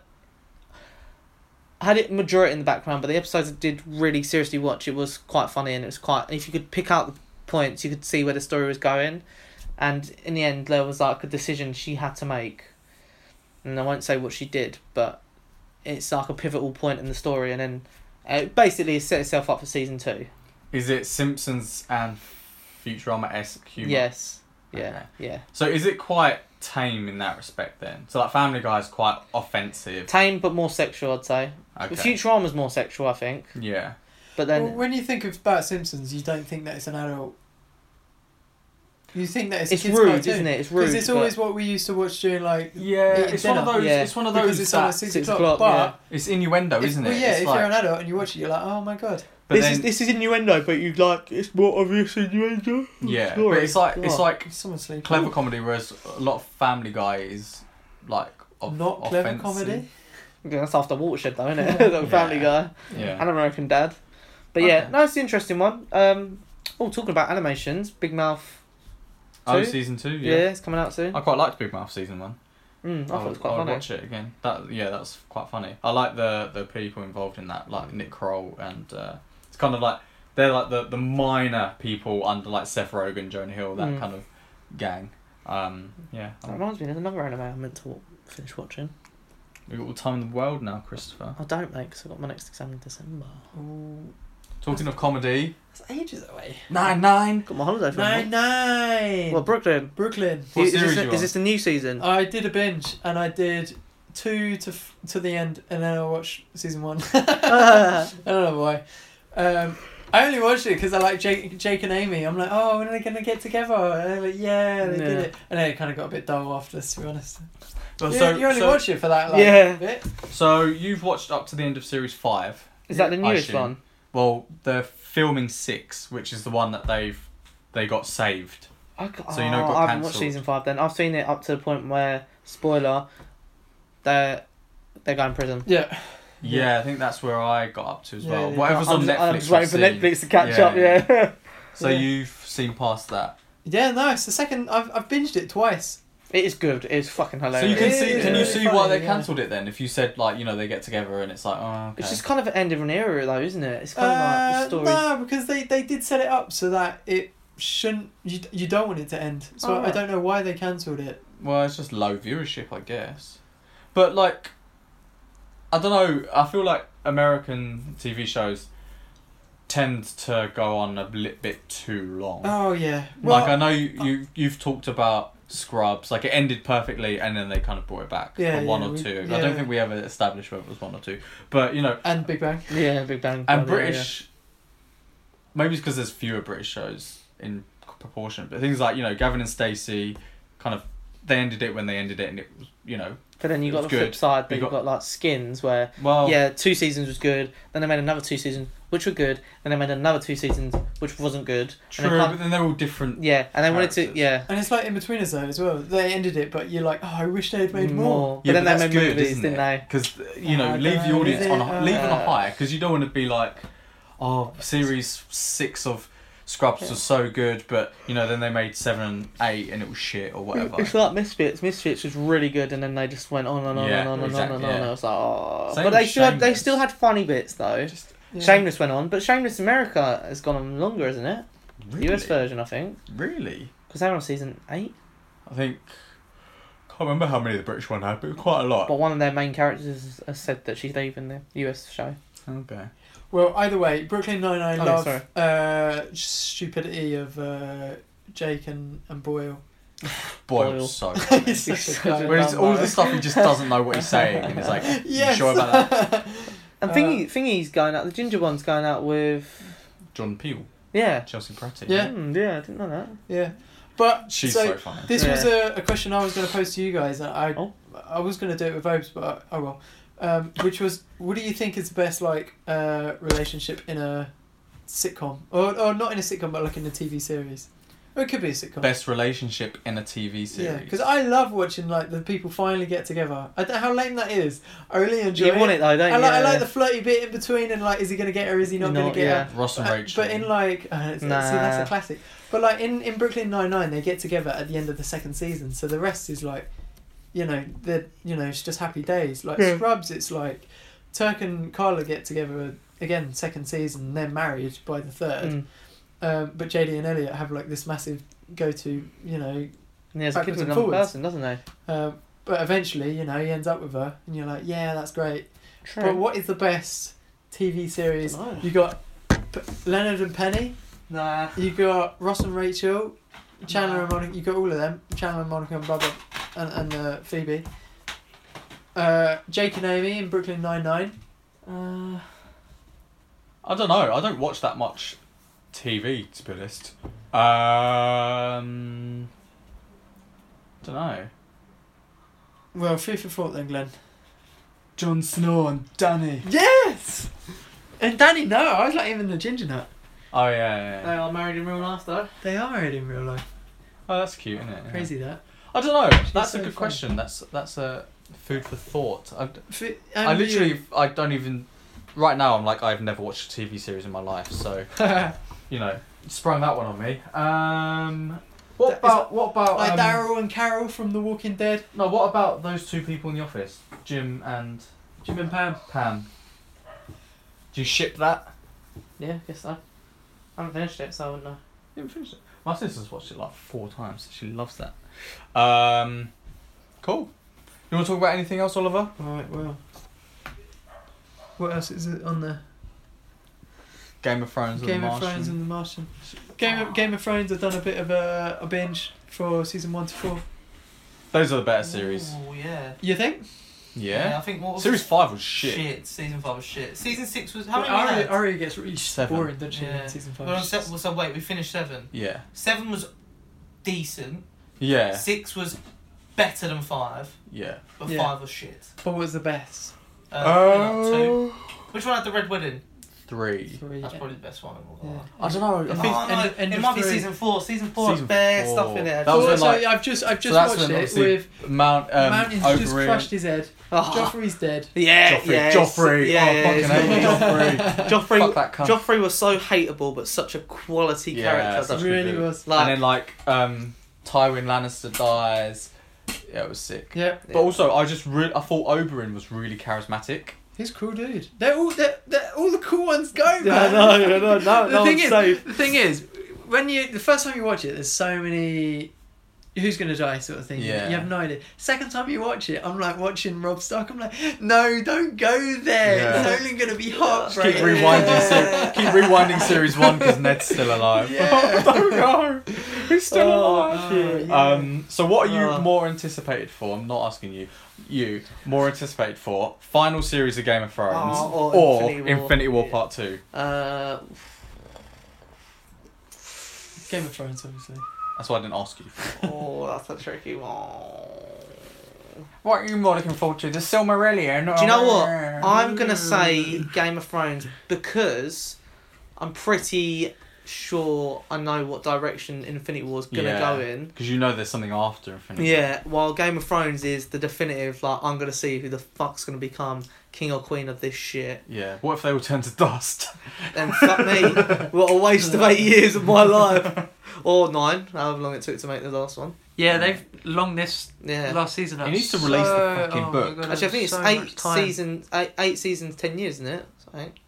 A: I had it majority in the background, but the episodes I did really seriously watch, it was quite funny and it was quite. If you could pick out the points, you could see where the story was going, and in the end, there was like a decision she had to make, and I won't say what she did, but it's like a pivotal point in the story, and then it basically set itself up for season two.
B: Is it Simpsons and Futurama esque humor?
A: Yes. Yeah.
B: Okay.
A: Yeah.
B: So is it quite tame in that respect then. So like Family Guy is quite offensive.
A: Tame but more sexual, I'd say.
B: Okay.
A: Futurama's more sexual, I think.
B: Yeah.
A: But
C: Well,
A: then
C: when you think of Bart Simpsons, you don't think that it's an adult. You think that it's,
A: it's
C: a kid's
A: rude,
C: cartoon.
A: isn't it? It's rude.
C: Because it's
A: but-
C: always what we used to watch during like
B: Yeah,
C: Eating
B: it's one of
C: dinner.
B: those.
A: Yeah.
B: It's one of
C: because
B: those.
C: it's on
B: that-
C: at six,
A: six
C: o'clock.
A: o'clock,
C: But
B: it's innuendo,
C: if,
B: isn't it?
C: well, yeah,
B: It's
C: if
B: like-
C: you're an adult and you watch it, you're like, oh my god.
B: but
A: this
B: then,
A: is this is innuendo, but you like it's more obvious innuendo.
B: yeah,
A: Sorry.
B: but it's like it's
A: God.
B: like
C: Someone sleeping.
B: clever comedy, whereas a lot of Family Guy is like of,
C: Not clever
B: offensive.
C: comedy.
A: Yeah, that's after Watershed, though, isn't
B: <laughs>
A: it?
C: Yeah.
A: the Family Guy
B: Yeah.
A: and American Dad. But yeah,
B: Okay.
A: no, it's an interesting one. Um, oh, talking about animations, Big Mouth.
B: Oh,
A: Two?
B: season two.
A: Yeah,
B: Yeah.
A: it's coming out soon.
B: I quite liked Big Mouth season one.
A: Mm, I
B: I
A: thought it
B: would,
A: was quite
B: I would
A: funny.
B: watch it again. That yeah, that's quite funny. I like the the people involved in that,
A: Hmm.
B: like Nick Kroll, and uh, it's kind of like they're like the the minor people under like Seth Rogen, Jonah Hill, that
A: Mm.
B: kind of gang. Um, yeah,
A: That
B: I'm-
A: reminds me, there's another anime I meant to wa- finish watching.
B: we've got all the time in the world now, Christopher.
A: I don't, mate, because I've got my next exam in December.
C: Ooh,
B: Talking of comedy,
C: that's ages away.
B: nine nine.
A: Got my holiday for a
C: Nine
A: month.
C: nine.
A: Well, Brooklyn.
C: Brooklyn.
B: What
A: is,
B: series
A: this,
B: you
A: is
B: on?
A: this the new season?
C: I did a binge and I did two to f- to the end, and then I watched season one. <laughs> I don't know why. Um, I only watched it because I like Jake, Jake and Amy. I'm like, oh, when are they gonna get together? And they're like, yeah, they did
A: Yeah.
C: it. And then it kind of got a bit dull after this, to be honest.
B: Well,
C: you,
B: so,
C: you only
B: so,
C: watched it for that, like,
A: Yeah.
C: bit.
B: so you've watched up to the end of series five.
A: <laughs> Is that the
B: I
A: newest
B: assume.
A: one?
B: Well, they're filming six, which is the one that they've they got saved.
A: I, got,
B: So you know it got
A: I haven't watched
B: cancelled.
A: season five then. I've seen it up to the point where, spoiler, they're, they're going to prison.
C: Yeah.
B: Yeah, I think that's where I got up to as
C: Yeah,
B: well.
C: yeah.
B: Whatever's
A: I'm
B: on
A: just,
B: Netflix.
A: I'm just waiting for
B: I've seen.
A: Netflix to catch
B: Yeah,
A: up, yeah. <laughs>
B: So
C: Yeah.
B: you've seen past that.
C: Yeah, no, it's the second. I've, I've binged it twice.
A: it is good. It's fucking hilarious.
B: so you can
C: It
B: see.
C: is
B: Can you
C: really
B: see
C: funny,
B: why they
C: yeah.
B: cancelled it then? If you said like you know they get together and it's like oh okay.
A: It's just kind of an end of an era, though, isn't it? It's kind of like the
C: Uh,
A: story.
C: No, because they, they did set it up so that it shouldn't. You, you don't want it to end. So
A: Oh,
C: I
A: right.
C: don't know why they cancelled it.
B: Well, it's just low viewership, I guess. But like, I don't know. I feel like American TV shows tend to go on a li- bit too long.
C: Oh yeah.
B: like I know you, you you've talked about Scrubs. Like it ended perfectly, and then they kind of brought it back.
C: Yeah,
B: or one
C: yeah,
B: or
C: we-
B: two. I
C: yeah.
B: don't think we ever established whether it was one or two. But you know,
C: and Big Bang.
A: Yeah, Big Bang.
B: and
A: Theory,
B: British. Maybe it's because there's fewer British shows in c- proportion, but things like you know Gavin and Stacey, kind of they ended it when they ended it, and it was you know
A: yeah. But then you got
B: It's
A: the flip
B: good. Oh.
A: side. But
B: You
A: you got, like Skins, where
B: well
A: yeah, two seasons was good. Then they made another two seasons, which were good. Then they made another two seasons, which wasn't good.
B: true,
A: And they
B: but then they're all different.
A: Yeah, and they wanted to
B: Characters.
A: yeah
C: And it's like in between us though as well. They ended it, but you're like, oh, I wish they had made more.
A: But
B: Yeah,
A: then
B: but
A: they
B: that's
A: made
B: good,
A: movies,
B: isn't
A: didn't
B: it?
A: they?
B: because you know
C: I
B: leave
C: don't
B: the
C: know,
B: audience
C: is
B: on
C: it?
B: a, leave on a
A: Uh,
B: high because you don't want to be like, oh, series six of Scrubs was so good, but you know then they made seven and eight and it was shit or
C: <laughs>
B: whatever.
A: It's like Misfits. Misfits was really good, and then they just went on and on
B: Yeah,
A: and on and
B: exactly,
A: on and on.
B: yeah.
A: I was like, oh,
B: Same
A: but they
B: with
A: still had, they
B: Shameless.
A: still had funny bits though.
B: Just
C: Yeah.
A: Shameless went on, but Shameless America has gone on longer, isn't it?
B: really,
A: US version, I think,
B: really.
A: because they're on season eight.
B: I think can't remember how many the British one had, but quite a lot.
A: But one of their main characters has said that she's leaving the US show.
B: Okay.
C: Well, either way, Brooklyn Nine Nine
A: Oh,
C: love
A: sorry.
C: uh, stupidity of uh, Jake and, and Boyle. <laughs>
B: Boy,
A: Boil.
B: was so.
C: He's
B: funny.
A: He's
C: such a
A: such a
B: Where
C: guy.
B: he's- all the stuff he just doesn't know what he's saying, and he's like, "You
C: <laughs> Yes.
B: sure about that?"
A: And
C: Uh,
A: thingy thingy's going out. The ginger one's going out with
B: John Peel,
A: yeah.
B: Chelsea Pratty.
C: Yeah.
A: Hmm, yeah, I didn't know that.
C: <laughs> yeah, but
B: she's
C: so
B: so, funny.
C: This
A: Yeah.
C: was a, a question I was going to pose to you guys, and I
A: Oh.
C: I was going to do it with Obes, but I, oh well. Um, which was, what do you think is the best like uh, relationship in a sitcom, or or not in a sitcom, but like in a TV series? Or it could be a sitcom.
B: Best relationship in a TV series.
C: Yeah, because I love watching like the people finally get together. I don't know how lame that is. I really enjoy
A: You
C: it.
A: want it though, don't
C: I
A: you? Mm.
C: like, I like the flirty bit in between, and like, is he going to get her? Is he not
A: You're
C: going
A: not,
C: to get
A: yeah.
C: her?
B: Ross and
C: Uh,
B: Rachel.
C: But in like, uh, see, that's
A: Nah.
C: a classic. But like in, in Brooklyn Nine Nine, they get together at the end of the second season, so the rest is like, you know, the you know, it's just happy days. Like
A: Yeah.
C: Scrubs, it's like Turk and Carla get together again, second season, they're married by the third.
A: Mm.
C: Um, but JD and Elliot have like this massive go to, you know,
A: And he has a kid
C: backwards
A: with
C: and
A: another
C: forwards.
A: person, doesn't he?
C: um, but eventually, you know, he ends up with her, and you're like, yeah, that's great.
A: True.
C: But what is the best TV series?
A: Dunno.
C: You got P- Leonard and Penny.
A: Nah.
C: You got Ross and Rachel, Chandler
A: Nah.
C: and Monica. You got all of them, Chandler and Monica and Bubba. and, and uh, Phoebe. Uh, Jake and Amy in Brooklyn Nine Nine. Uh,
B: I don't know. I don't watch that much TV, to be honest. Um, don't know.
C: well, food for thought then, Glenn.
B: Jon Snow and Danny.
C: Yes. And Danny, no, I was like even the ginger nut.
B: Oh yeah, yeah,
C: Uh,
B: yeah.
A: are married in real life, though.
C: They are married in real life.
B: Oh, that's cute, isn't it?
C: Crazy that.
B: I don't know. that's
C: so
B: a good
C: funny.
B: question. That's that's a food for thought. I,
C: F- and
B: I literally, I don't even. Right now, I'm like I've never watched a TV series in my life,
C: <laughs>
B: so
C: like
B: you know, sprung that one on me. Um, what
C: That- is
B: about what about um,
C: Daryl and Carol from The Walking Dead.
B: No, what about those two people in the office, Jim and
C: Jim and Pam.
B: Pam? Do you ship that?
A: Yeah, I guess so. I haven't finished it, so I wouldn't know.
B: Didn't finish it. My sister's watched it like four times. She loves that. Um, cool. You want to talk about anything else, Oliver?
C: Alright, well. What else is it on there?
B: Game of Thrones. and
C: Game
B: the
C: of Thrones
B: Martian.
C: and The Martian. Game of, Game of Thrones, I've done a bit of a, a binge for season one to four.
B: Those are the better series.
A: Oh, yeah.
C: You think?
A: I
B: Yeah.
A: think what was
B: Series five was shit.
A: Season five was shit. Season six was how many?
C: Well,
A: we
C: Arya,
A: had?
C: Arya gets really
B: Seven.
C: boring, doesn't she? in
A: Yeah.
C: Season
A: We're on
C: five.
A: se- so wait, we finished seven.
B: Yeah.
A: Seven was decent.
B: Yeah.
A: Six was better than five,
B: Yeah.
A: but
C: Yeah.
A: five was shit.
C: But what's the best?
A: Uh, two.
B: Oh.
A: Which one had the red wedding?
B: Three.
C: Three.
A: That's probably the best one. of all.
C: Yeah.
B: I don't know. I
C: I
A: Oh,
B: think
C: think
A: no,
C: end- end
A: it
C: of
A: might be
C: three.
A: season four. Season four has
B: Season
A: bare
B: four.
A: stuff in it.
B: That was when,
C: also,
B: like-
C: I've just I've just
B: so that's
C: watched
B: when,
C: it
B: obviously,
C: with
B: Mount um,
C: Mountain's just
B: Oberyn-
C: crushed his head.
A: Oh.
C: Joffrey's dead.
A: yeah,
B: Joffrey. Joffrey.
A: Yeah,
B: oh,
A: yeah,
B: fucking
A: yeah,
B: hate
A: yeah. <laughs>
B: Joffrey.
A: Joffrey-
B: Fuck that cunt.
A: Joffrey was so hateable, but such a quality
B: Yeah,
A: character.
B: such
A: Such
B: a
A: really,
C: Really
B: good.
C: was.
A: like,
B: and then like um, Tywin Lannister dies. Yeah, it was sick.
C: Yeah.
A: yeah.
B: But also, I just re- I thought Oberyn was really charismatic.
C: He's a cool dude. They're all they're, they're, all the cool ones go, man.
A: Yeah, no, no,
C: <laughs>
A: no, no,
C: the
A: no
C: thing
A: one's
C: is,
A: safe.
C: the thing is, when you the first time you watch it, there's so many who's gonna die sort of thing.
B: Yeah.
C: You have no idea. Second time you watch it, I'm like watching Rob Stark. I'm like, no, don't go there.
B: Yeah.
C: It's only gonna be
B: Just keep
C: heartbreaking.
B: rewinding. <laughs> Se-
C: Yeah.
B: keep rewinding series one because Ned's still alive.
C: Yeah.
B: don't go. He's still
A: Oh,
B: alive. <laughs>
A: shit.
B: Um. So what are you
A: Oh.
B: more anticipated for? I'm not asking you. You more anticipated for final series of Game of Thrones
A: Oh, or Infinity War. Yeah.
B: Part Two?
A: uh,
C: Game of Thrones, obviously.
B: That's why I didn't ask you.
A: oh, that's a tricky one.
B: What are you more looking forward to? The Silmarillion. Mm.
A: Do you know what? I'm gonna say Game of Thrones because I'm pretty sure I know what direction Infinity War's gonna
B: Yeah.
A: go in.
B: Because you know there's something after Infinity. War.
A: Yeah, while Game of Thrones is the definitive, like, I'm gonna see who the fuck's gonna become king or queen of this shit.
B: Yeah. What if they all turn to dust?
A: And
C: <laughs>
A: fuck me, what a waste of eight years of my life. Or nine, however long it took to make the last one.
C: Yeah, they've long this
A: Yeah.
C: last season.
B: He
C: up
B: needs to release the
C: so-
B: fucking
C: oh my
B: book.
C: God,
A: Actually, I think it's
C: so much
A: eight
C: time.
A: seasons, eight, eight seasons, ten years, isn't it? So, eight.
B: <laughs>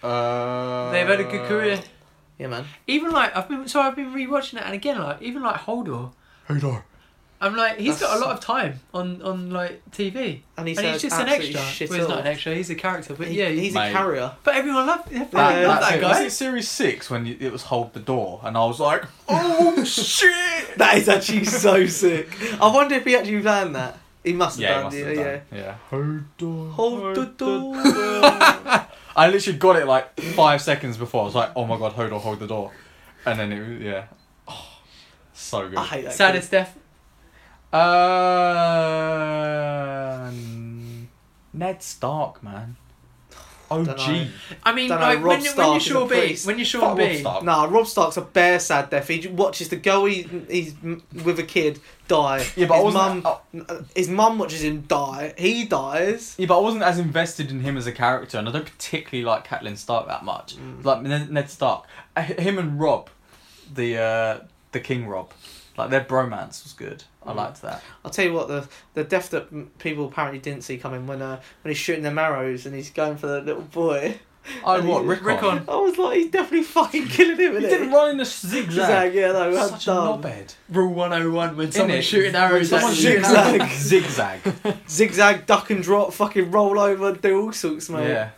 B: Uh,
C: They've had a good career.
A: Yeah, man.
C: Even like I've been so I've been rewatching it and again like even like Holdor.
B: Hey, no.
C: I'm like he's got
A: That's-
C: a lot of time on on like TV.
A: And he's,
C: And he's just an extra.
A: Shit
C: well, he's not
A: all.
C: an extra. He's a character, but yeah,
A: He-
C: he's.
A: he's
B: Mate.
A: a
C: <laughs>
A: carrier.
C: But everyone loved. Everyone
A: That-
B: That,
C: loved
B: that's
C: that
B: it. Was
C: guy.
B: it series six when you, it was hold the door and I was like, <laughs> oh shit!
A: That is actually so sick. I wonder if he actually planned that. He must have
B: Yeah, he
A: done
B: must
A: it.
B: have
A: yeah.
B: done. Yeah. Hold door.
A: Hold the
C: <laughs>
A: door.
B: I literally got it like five seconds before. I was like, oh my god, hold door, hold the door, and then it was yeah, oh, so good.
A: I hate that. kid.
C: Saddest death.
B: Uh, Ned Stark, man. OG.
A: Dunno.
C: I mean,
A: Dunno,
C: like
A: Rob
C: when, you- when
A: Stark
C: you're
A: is
C: Sean
A: a
C: B,
A: priest.
C: when you're Sean
B: Fuck Rob
C: B,
B: Stark.
A: Nah, Rob Stark's a bare sad death. He j- watches the girl he, he's m- with a kid die.
B: Yeah, but I
A: his
B: wasn't.
A: mum, uh, his mum watches him die. He dies.
B: Yeah, but I wasn't as invested in him as a character, and I don't particularly like Catelyn Stark that much. Mm. Like Ned Ned Stark, Uh, h- him and Rob, the uh, the King Rob, like their bromance was good. I
A: Mm.
B: liked that.
A: I'll tell you what the the death that m- people apparently didn't see coming when uh, when he's shooting them arrows and he's going for the little boy.
B: Oh,
A: And
B: what
A: he-
B: Rickon?
C: Rickon.
A: <laughs> I was like, he's definitely fucking killing him.
B: Um, He
A: Isn't
B: didn't run in a zigzag.
A: Zag, yeah, no, that's
B: Such a
A: dumb.
B: knobhead.
C: Rule 101 when
B: Innit?
C: someone's shooting arrows.
B: Someone
C: at you.
B: shooting
A: Zigzag.
C: <laughs>
B: arrows. <laughs> Zigzag.
A: Zigzag, duck and drop, fucking roll over, do all sorts, mate.
B: yeah.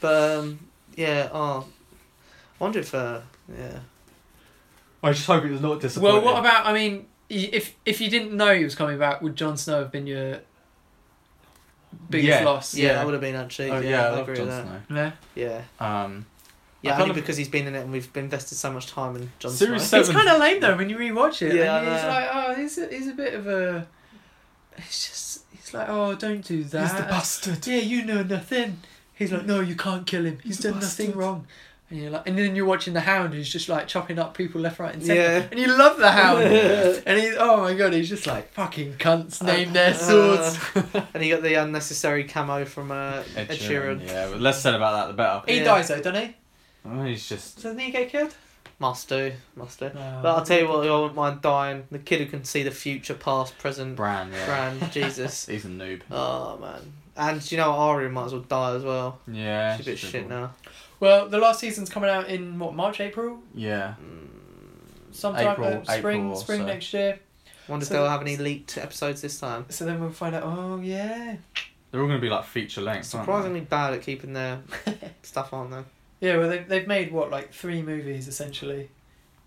A: But um, yeah, oh, I wonder if uh, yeah.
B: I just hope it was not disappointing. Oh,
C: Well, what about? I mean, y- if if you didn't know he was coming back, would Jon Snow have been your biggest
B: Yeah.
C: loss?
A: Yeah, that would have been actually.
B: Oh,
A: yeah,
B: yeah, I
A: I,
B: love
A: agree
B: Jon
A: with that.
B: Snow.
C: No.
A: Yeah,
B: Um, I
A: yeah,
B: kind
A: only
B: of-
A: because he's been in it and we've invested so much time in Jon
B: Series
A: Snow.
B: seven-
C: It's kind of lame though when you rewatch it.
A: Yeah,
C: and
A: I
C: it's
A: know.
C: like, oh, he's a, he's a bit of a. It's just he's like, oh, don't do that.
B: bastard.
C: Yeah, you know nothing. He's like, no, you can't kill him. He's done nothing
B: Bastard.
C: wrong. And you're like, and then you're watching the Hound, who's just like chopping up people left, right, and centre.
B: <laughs>
A: Yeah. Uh,
C: And you love the
A: <laughs>
C: Hound.
B: Yeah.
C: and he's, oh my god, he's just like fucking
A: Uh,
C: cunts name their swords.
A: <laughs> and he got the unnecessary camo from uh,
B: Ed
A: Ed
B: Sheeran.
A: Sheeran.
B: Yeah, but less said about that, the better.
C: he
A: Yeah.
C: dies though, doesn't he?
B: Oh, he's just.
C: Doesn't he get killed?
A: Must do, must do.
C: No.
A: But I'll tell you what, I wouldn't mind dying. The kid who can see the future, past, present,
B: Bran, yeah. <laughs>
A: grand, Jesus.
B: He's a noob.
A: Oh man. And you know, Arya might as well die as well.
B: Yeah.
A: She's a bit
B: she's
A: shit now.
C: Well, the last season's coming out in what March, April,
B: Yeah.
C: sometime
B: April-
C: uh, spring,
B: April or
C: spring
B: so.
C: next year.
A: Mm. Wonder
C: So
A: if they'll
C: that's-
A: have any leaked episodes this time.
C: So then we'll find out. Oh yeah,
B: They're all going to be like feature length. aren't they?
A: Surprisingly bad at
B: <laughs>
A: keeping their stuff on there.
C: yeah. Well, they've they've made what like three movies essentially.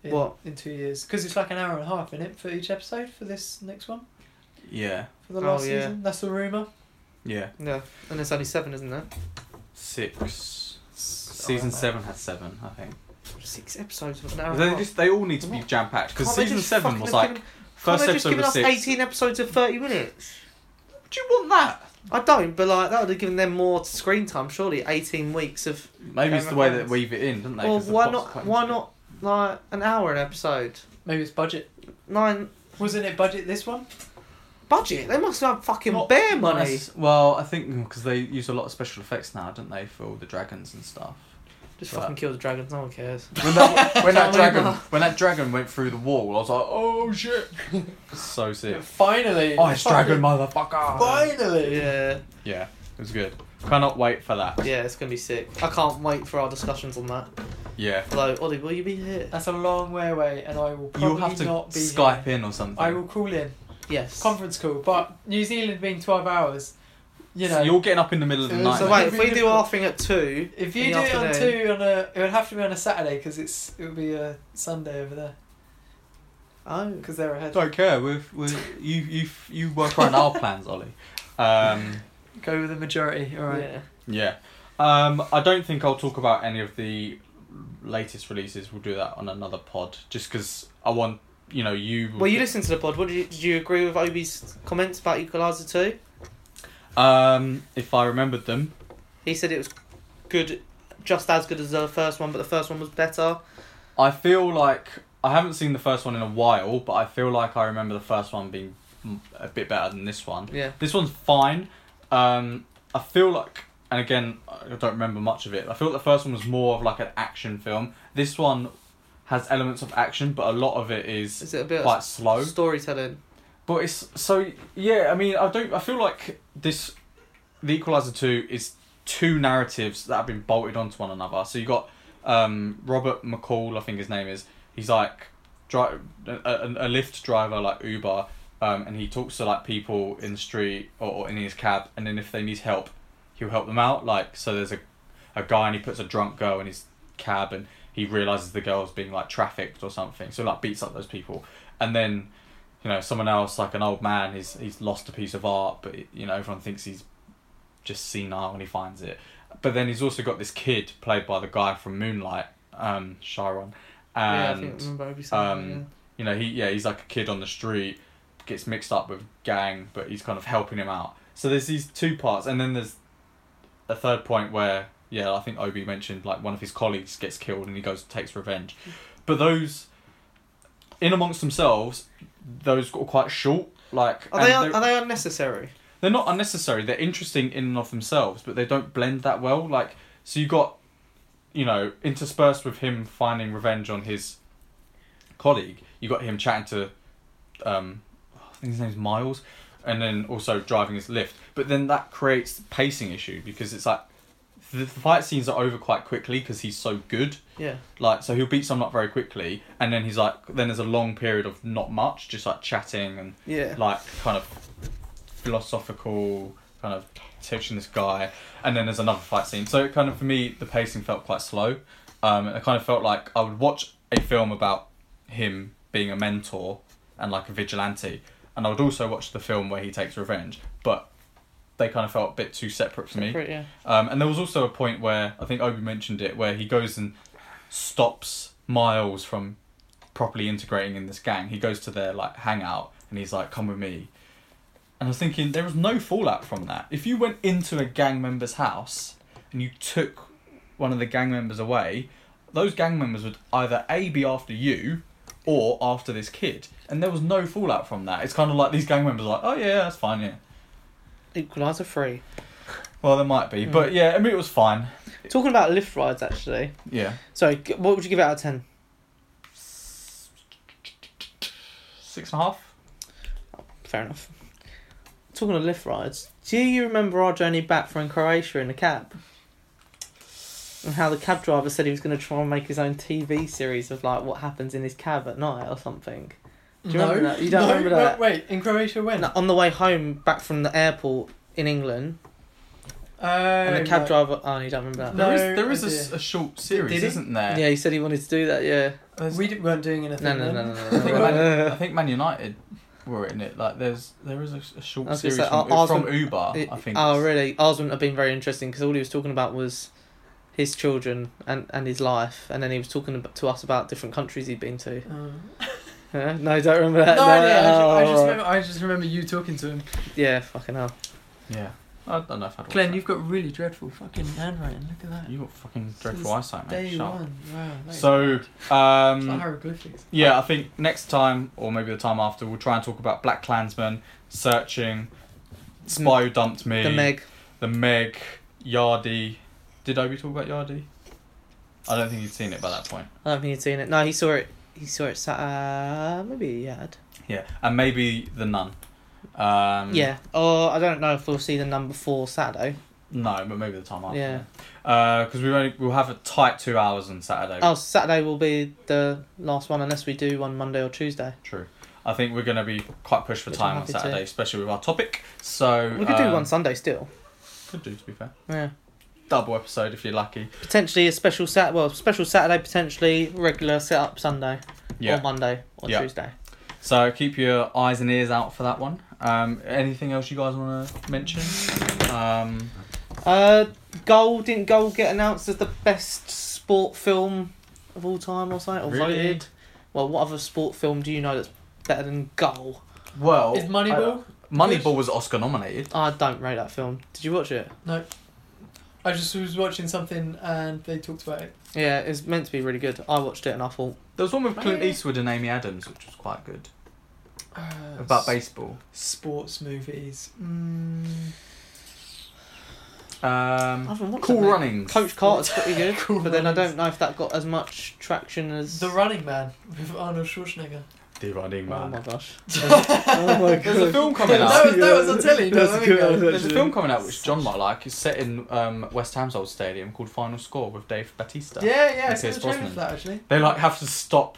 C: In,
A: What?
C: in two years? Because it's like an hour and a half in it for each episode for this next one
B: Yeah.
C: for the
A: Oh,
C: last
A: yeah.
C: season. That's the rumor.
B: Yeah.
A: Yeah, and there's only seven, isn't there?
B: Six. Season seven had seven, I think.
A: Six episodes of an hour. and a
B: They
A: half.
B: just they all need to be
A: What?
B: jam packed because
A: Can't they
B: season
A: just
B: seven
A: fucking
B: was
A: have
B: like
A: given- can't
B: first
A: they just
B: episode
A: given
B: was
A: us
B: six.
A: 18 episodes of 30 minutes.
B: Do you want that?
A: I don't, but like that would have given them more screen time. Surely, 18 weeks of.
B: Maybe it's the way that weave it in, don't they?
A: well,
B: 'Cause the
A: why
B: plot's
A: not?
B: quite
A: Why
B: intricate.
A: not like an hour an episode?
C: Maybe it's budget.
A: Nine
C: Wasn't it budget this one?
A: budget. They must have fucking
C: Not
A: bear money.
B: That's- Well, I think because they use a lot of special effects now, don't they, for all the dragons and stuff.
A: Just
B: Right.
A: fucking kill the dragons. No one cares.
B: <laughs> When that, when that
A: Can't believe
B: dragon
A: that.
B: when that dragon went through the wall, I was like, oh shit, so <laughs> sick.
C: Finally.
B: Oh, it's dragon,
C: Fucking-
B: motherfucker.
C: Finally.
A: Yeah,
B: Yeah, it was good. Cannot wait for that.
A: yeah, it's gonna be sick. I can't wait for our discussions on that.
B: Yeah,
A: Hello, Ollie, will you be here?
C: That's a long way away, and I will probably
B: you'll have to
C: not be.
B: Skype
C: here.
B: in or something.
C: I will call in.
A: Yes.
C: conference call, but New Zealand being 12 hours, you know.
B: So you're getting up in the middle of the
C: So
B: night.
A: So
B: mate.
A: wait, if we do our thing at two,
C: if you
A: in
C: do
A: the
C: it on
A: afternoon-
C: two on a, it would have to be on a Saturday because it's it would be a Sunday over there
A: oh,
C: because they're ahead.
B: don't care. We're, we're, you you you work on our plans, Ollie. Um,
C: Go with the majority. All right.
A: yeah.
B: yeah, um, I don't think I'll talk about any of the latest releases. We'll do that on another pod, just because I want you know you.
A: Well, you listened to the pod. What did you, did you agree with Obi's comments about Equalizer two?
B: Um, if I remembered them,
A: He said it was good, just as good as the first one, but the first one was better.
B: I feel like I haven't seen the first one in a while, but I feel like I remember the first one being mm, a bit better than this one.
A: Yeah.
B: This one's fine. Um, I feel like, and again, I don't remember much of it. I feel like the first one was more of like an action film. This one has elements of action, but a lot of it is
A: Is it a bit
B: quite
A: of
B: slow.
A: storytelling?
B: But it's so yeah. I mean, I don't. I feel like this, the Equalizer two is two narratives that have been bolted onto one another. So you got um, Robert McCall, I think his name is. He's like dri- a, a, a Lyft driver, like Uber, um, and he talks to like people in the street or, or in his cab, and then if they need help, he'll help them out. Like so, there's a a guy and he puts a drunk girl in his cab, and he realizes the girl's being like trafficked or something. So like beats up those people, and then you know someone else like an old man he's he's lost a piece of art but you know everyone thinks he's just senile when he finds it but then he's also got this kid played by the guy from moonlight um chiron
A: yeah, I
B: and
A: think I remember Obi saying
B: um, you know he yeah he's like a kid on the street gets mixed up with gang but he's kind of helping him out so there's these two parts and then there's a third point where yeah i think obi mentioned like one of his colleagues gets killed and he goes takes revenge but those in amongst themselves those got quite short like
A: that. Are
B: and
A: they
B: they're,
A: are they unnecessary?
B: they're not unnecessary they're interesting in and of themselves but they don't blend that well like so you got you know interspersed with him finding revenge on his colleague you got him chatting to um, I think his name's Miles, and then also driving his lift. But then that creates the pacing issue because it's like the the fight scenes are over quite quickly because he's so good.
A: Yeah.
B: Like so, he'll beat someone up very quickly, and then he's like, then there's a long period of not much, just like chatting and
A: Yeah.
B: like kind of philosophical kind of teaching this guy and then there's another fight scene so it kind of for me the pacing felt quite slow um, i kind of felt like i would watch a film about him being a mentor and like a vigilante. And I would also watch the film where he takes revenge, but they kind of felt a bit too separate for me.
A: Pretty- yeah.
B: Um, and there was also a point where I think Obi mentioned it, where he goes and stops Miles from properly integrating in this gang. He goes to their like hangout and he's like, "Come with me." And I was thinking there was no fallout from that. If you went into a gang member's house and you took one of the gang members away, those gang members would either a be after you or after this kid. And there was no fallout from that. It's kind of like these gang members are like, "Oh yeah, that's fine, yeah."
A: Equalizer free.
B: Well, there might be, but yeah, I mean it was fine.
A: Talking about lift rides, actually.
B: Yeah.
A: So, g- what would you give it out of ten?
B: Six and a half.
A: Fair enough. Talking of lift rides, do you remember our journey back from Croatia in a cab? And how the cab driver said he was going to try and make his own TV series of like what happens in his cab at night or something. Do you
C: no.
A: remember that? You don't
C: no.
A: remember that?
C: Wait, wait, in Croatia when?
A: And on the way home back from the airport in England,
C: Oh,
A: and the cab
C: right.
A: driver. Oh, you don't remember that?
C: No
B: there is there is a s- a,
C: idea.
B: short series,
C: Did it?
B: isn't there?
A: oh Yeah, he said he wanted to do that. Yeah.
B: There's-
C: We di- weren't doing anything.
A: No, no,
C: then.
A: no, no, no.
B: I
A: no,
B: think,
A: no,
B: Man,
A: no,
B: I
A: no.
B: think Man United were in it. Like there's there is a, s- a
A: I
B: short
A: was gonna
B: series
A: say,
B: from,
A: I- I was
B: from
A: gonna-
B: Uber.
A: It-
B: I think.
A: oh,
B: it's-
A: really? Ours wouldn't have been very interesting because all he was talking about was his children and, and his life, and then he was talking ab- to us about different countries he'd been to. <laughs>
C: Um,
A: Yeah? Oh. No, don't remember
C: no,
A: that.
C: idea, I, ju- I
A: oh,
C: just
A: alright.
C: remember, I just remember you talking to him.
A: Yeah, fucking hell.
B: Yeah. I don't know if I'd. watch
C: Glenn,
B: that.
C: you've got really dreadful fucking handwriting. Look at that.
B: you got fucking
C: Since
B: dreadful eyesight, mate.
C: Day
B: Shut up.
C: one. Wow. that is
B: So,
C: It's like
B: um,
C: hieroglyphics.
B: yeah, I think next time or maybe the time after we'll try and talk about Black Klansman, searching, Spy Who dumped me,
A: Mm. The Meg.
B: the Meg, Yardi. Did Obi talk about Yardi? I don't think he'd seen it by that point.
A: I don't think he'd seen it. No, he saw it. He saw it. Sat- uh, maybe he had.
B: Yeah, and maybe the nun. Um,
A: Yeah. Or I don't know if we'll see the number four Saturday.
B: No, but maybe the time after.
A: Yeah.
B: Because we only we'll have a tight two hours on Saturday.
A: Oh, Saturday will be the last one unless we do one Monday or Tuesday.
B: True. I think we're going to be quite pushed for
A: Which
B: time on
A: I'm happy to.
B: Saturday, especially with our topic. So
A: We could do
B: um,
A: one Sunday still.
B: Could do to be fair.
A: Yeah.
B: Double episode if you're lucky.
A: Potentially a special sat well, special Saturday potentially, regular setup Sunday
B: Yeah.
A: or Monday or
B: Yeah.
A: Tuesday.
B: So keep your eyes and ears out for that one. Um, anything else you guys want to mention? Um,
A: Uh Goal didn't Goal get announced as the best sport film of all time or something? Or
B: Really?
A: voted? Well, what other sport film do you know that's better than Goal?
B: well,
C: Is Moneyball?
B: I- Moneyball was Oscar nominated.
A: I don't rate that film. Did you watch it?
C: no. I just was watching something and they talked about it.
A: Yeah, it's meant to be really good. I watched it and I thought
B: There was one with Clint
C: Yeah.
B: Eastwood and Amy Adams, which was quite good
C: Uh,
B: about
C: s-
B: baseball.
C: sports movies. Mm,
A: I
B: Um,
A: haven't watched
B: cool
A: that, mate.
B: Runnings.
A: Coach Carter's
B: <laughs>
A: pretty good,
C: Cool
A: but then I
C: Runnings.
A: don't know if that got as much traction as
C: the Running Man with Arnold
A: <laughs>
C: Schwarzenegger.
B: The Running
A: Oh my gosh!
B: <laughs>
A: Oh
B: There's a film coming
C: that,
B: out.
C: was, that was on telly. not long ago.
B: There's a film coming out which John might like. It's set in um, West Ham's old stadium called Final Score with Dave Batista.
C: Yeah, yeah, I
B: And
C: saw
B: Pierce
C: the trailer
B: Brosnan.
C: for that actually.
B: They like have to stop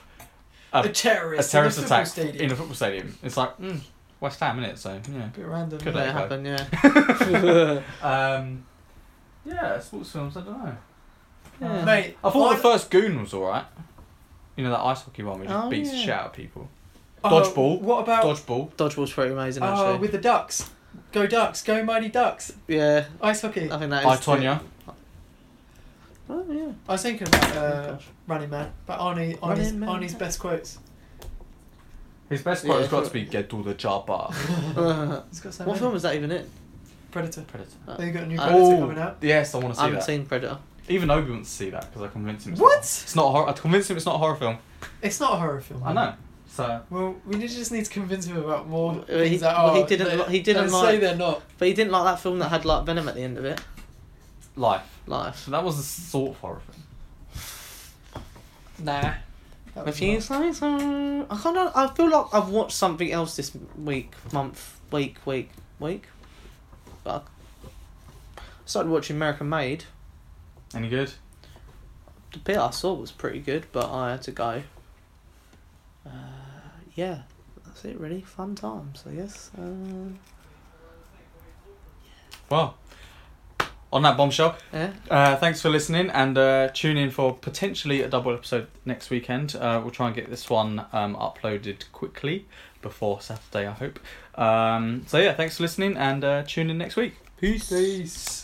B: A-
C: a
B: a
C: terrorist,
B: terrorist
C: in a football
B: attack
C: stadium.
B: in a football stadium. It's like mm, West Ham, innit? So yeah.
C: bit random.
B: Could
A: Let
B: I?
A: it
B: Okay.
A: happen,
B: <laughs>
C: <laughs>
A: yeah.
B: Um, yeah, sports films. I don't know.
A: Yeah.
C: Mate,
B: I thought
C: I-
B: the first Goon was all right. You know that ice hockey one, which just
A: Oh,
B: beats the
A: yeah.
B: shit out of people.
C: oh,
B: Dodgeball.
C: What about
B: Dodgeball.
A: Dodgeball's pretty amazing,
C: oh,
A: actually.
C: with the ducks? Go ducks! Go mighty ducks!
A: Yeah,
C: Ice hockey.
A: I think that is.
B: I Tonya.
A: Oh
C: <laughs>
A: yeah.
C: I was thinking about
A: Oh,
C: uh,
A: gosh.
C: Running Man, but Arnie, Arnie's,
A: Running Man.
C: Arnie's best
A: <laughs>
C: quotes.
B: His best
A: Yeah,
B: quote has got
A: sure.
B: to be "Get to the job." <laughs> bar."
C: He's
A: <laughs>
C: got so
A: what
C: many.
A: film was that even in?
C: Predator.
B: Predator.
C: They got a new
A: Oh.
C: Predator coming out.
B: Yes, I want to see
A: I haven't
B: that.
A: seen Predator.
B: Even Obi wants to see that because I convinced him. It's
C: What?
B: Not, it's not a horror. I convinced him it's not a horror film.
C: It's not a horror film.
B: I know. So
C: Well, we need- just need to convince him about more
A: Well,
C: things
A: he-
C: that
A: well,
C: are.
A: he didn't
C: They,
A: li- he didn't
C: they say
A: like-
C: they're not.
A: But he didn't like that film that had like Venom at the end of it.
B: life.
A: Life.
B: So that was a sort of horror film.
C: Nah. That was
A: If you
C: not-
A: say so, uh, I kind of I feel like I've watched something else this week, month, week, week, week. But I started watching American Made.
B: Any good?
A: The bit I saw was pretty good, but I had to go. Uh, yeah, that's it. Really fun times, I guess. Uh,
B: Well, on that bombshell,
A: Yeah.
B: uh, thanks for listening and uh, tune in for potentially a double episode next weekend. Uh, we'll try and get this one um, uploaded quickly before Saturday, I hope. Um, so, yeah, thanks for listening and uh, tune in next week. Peace.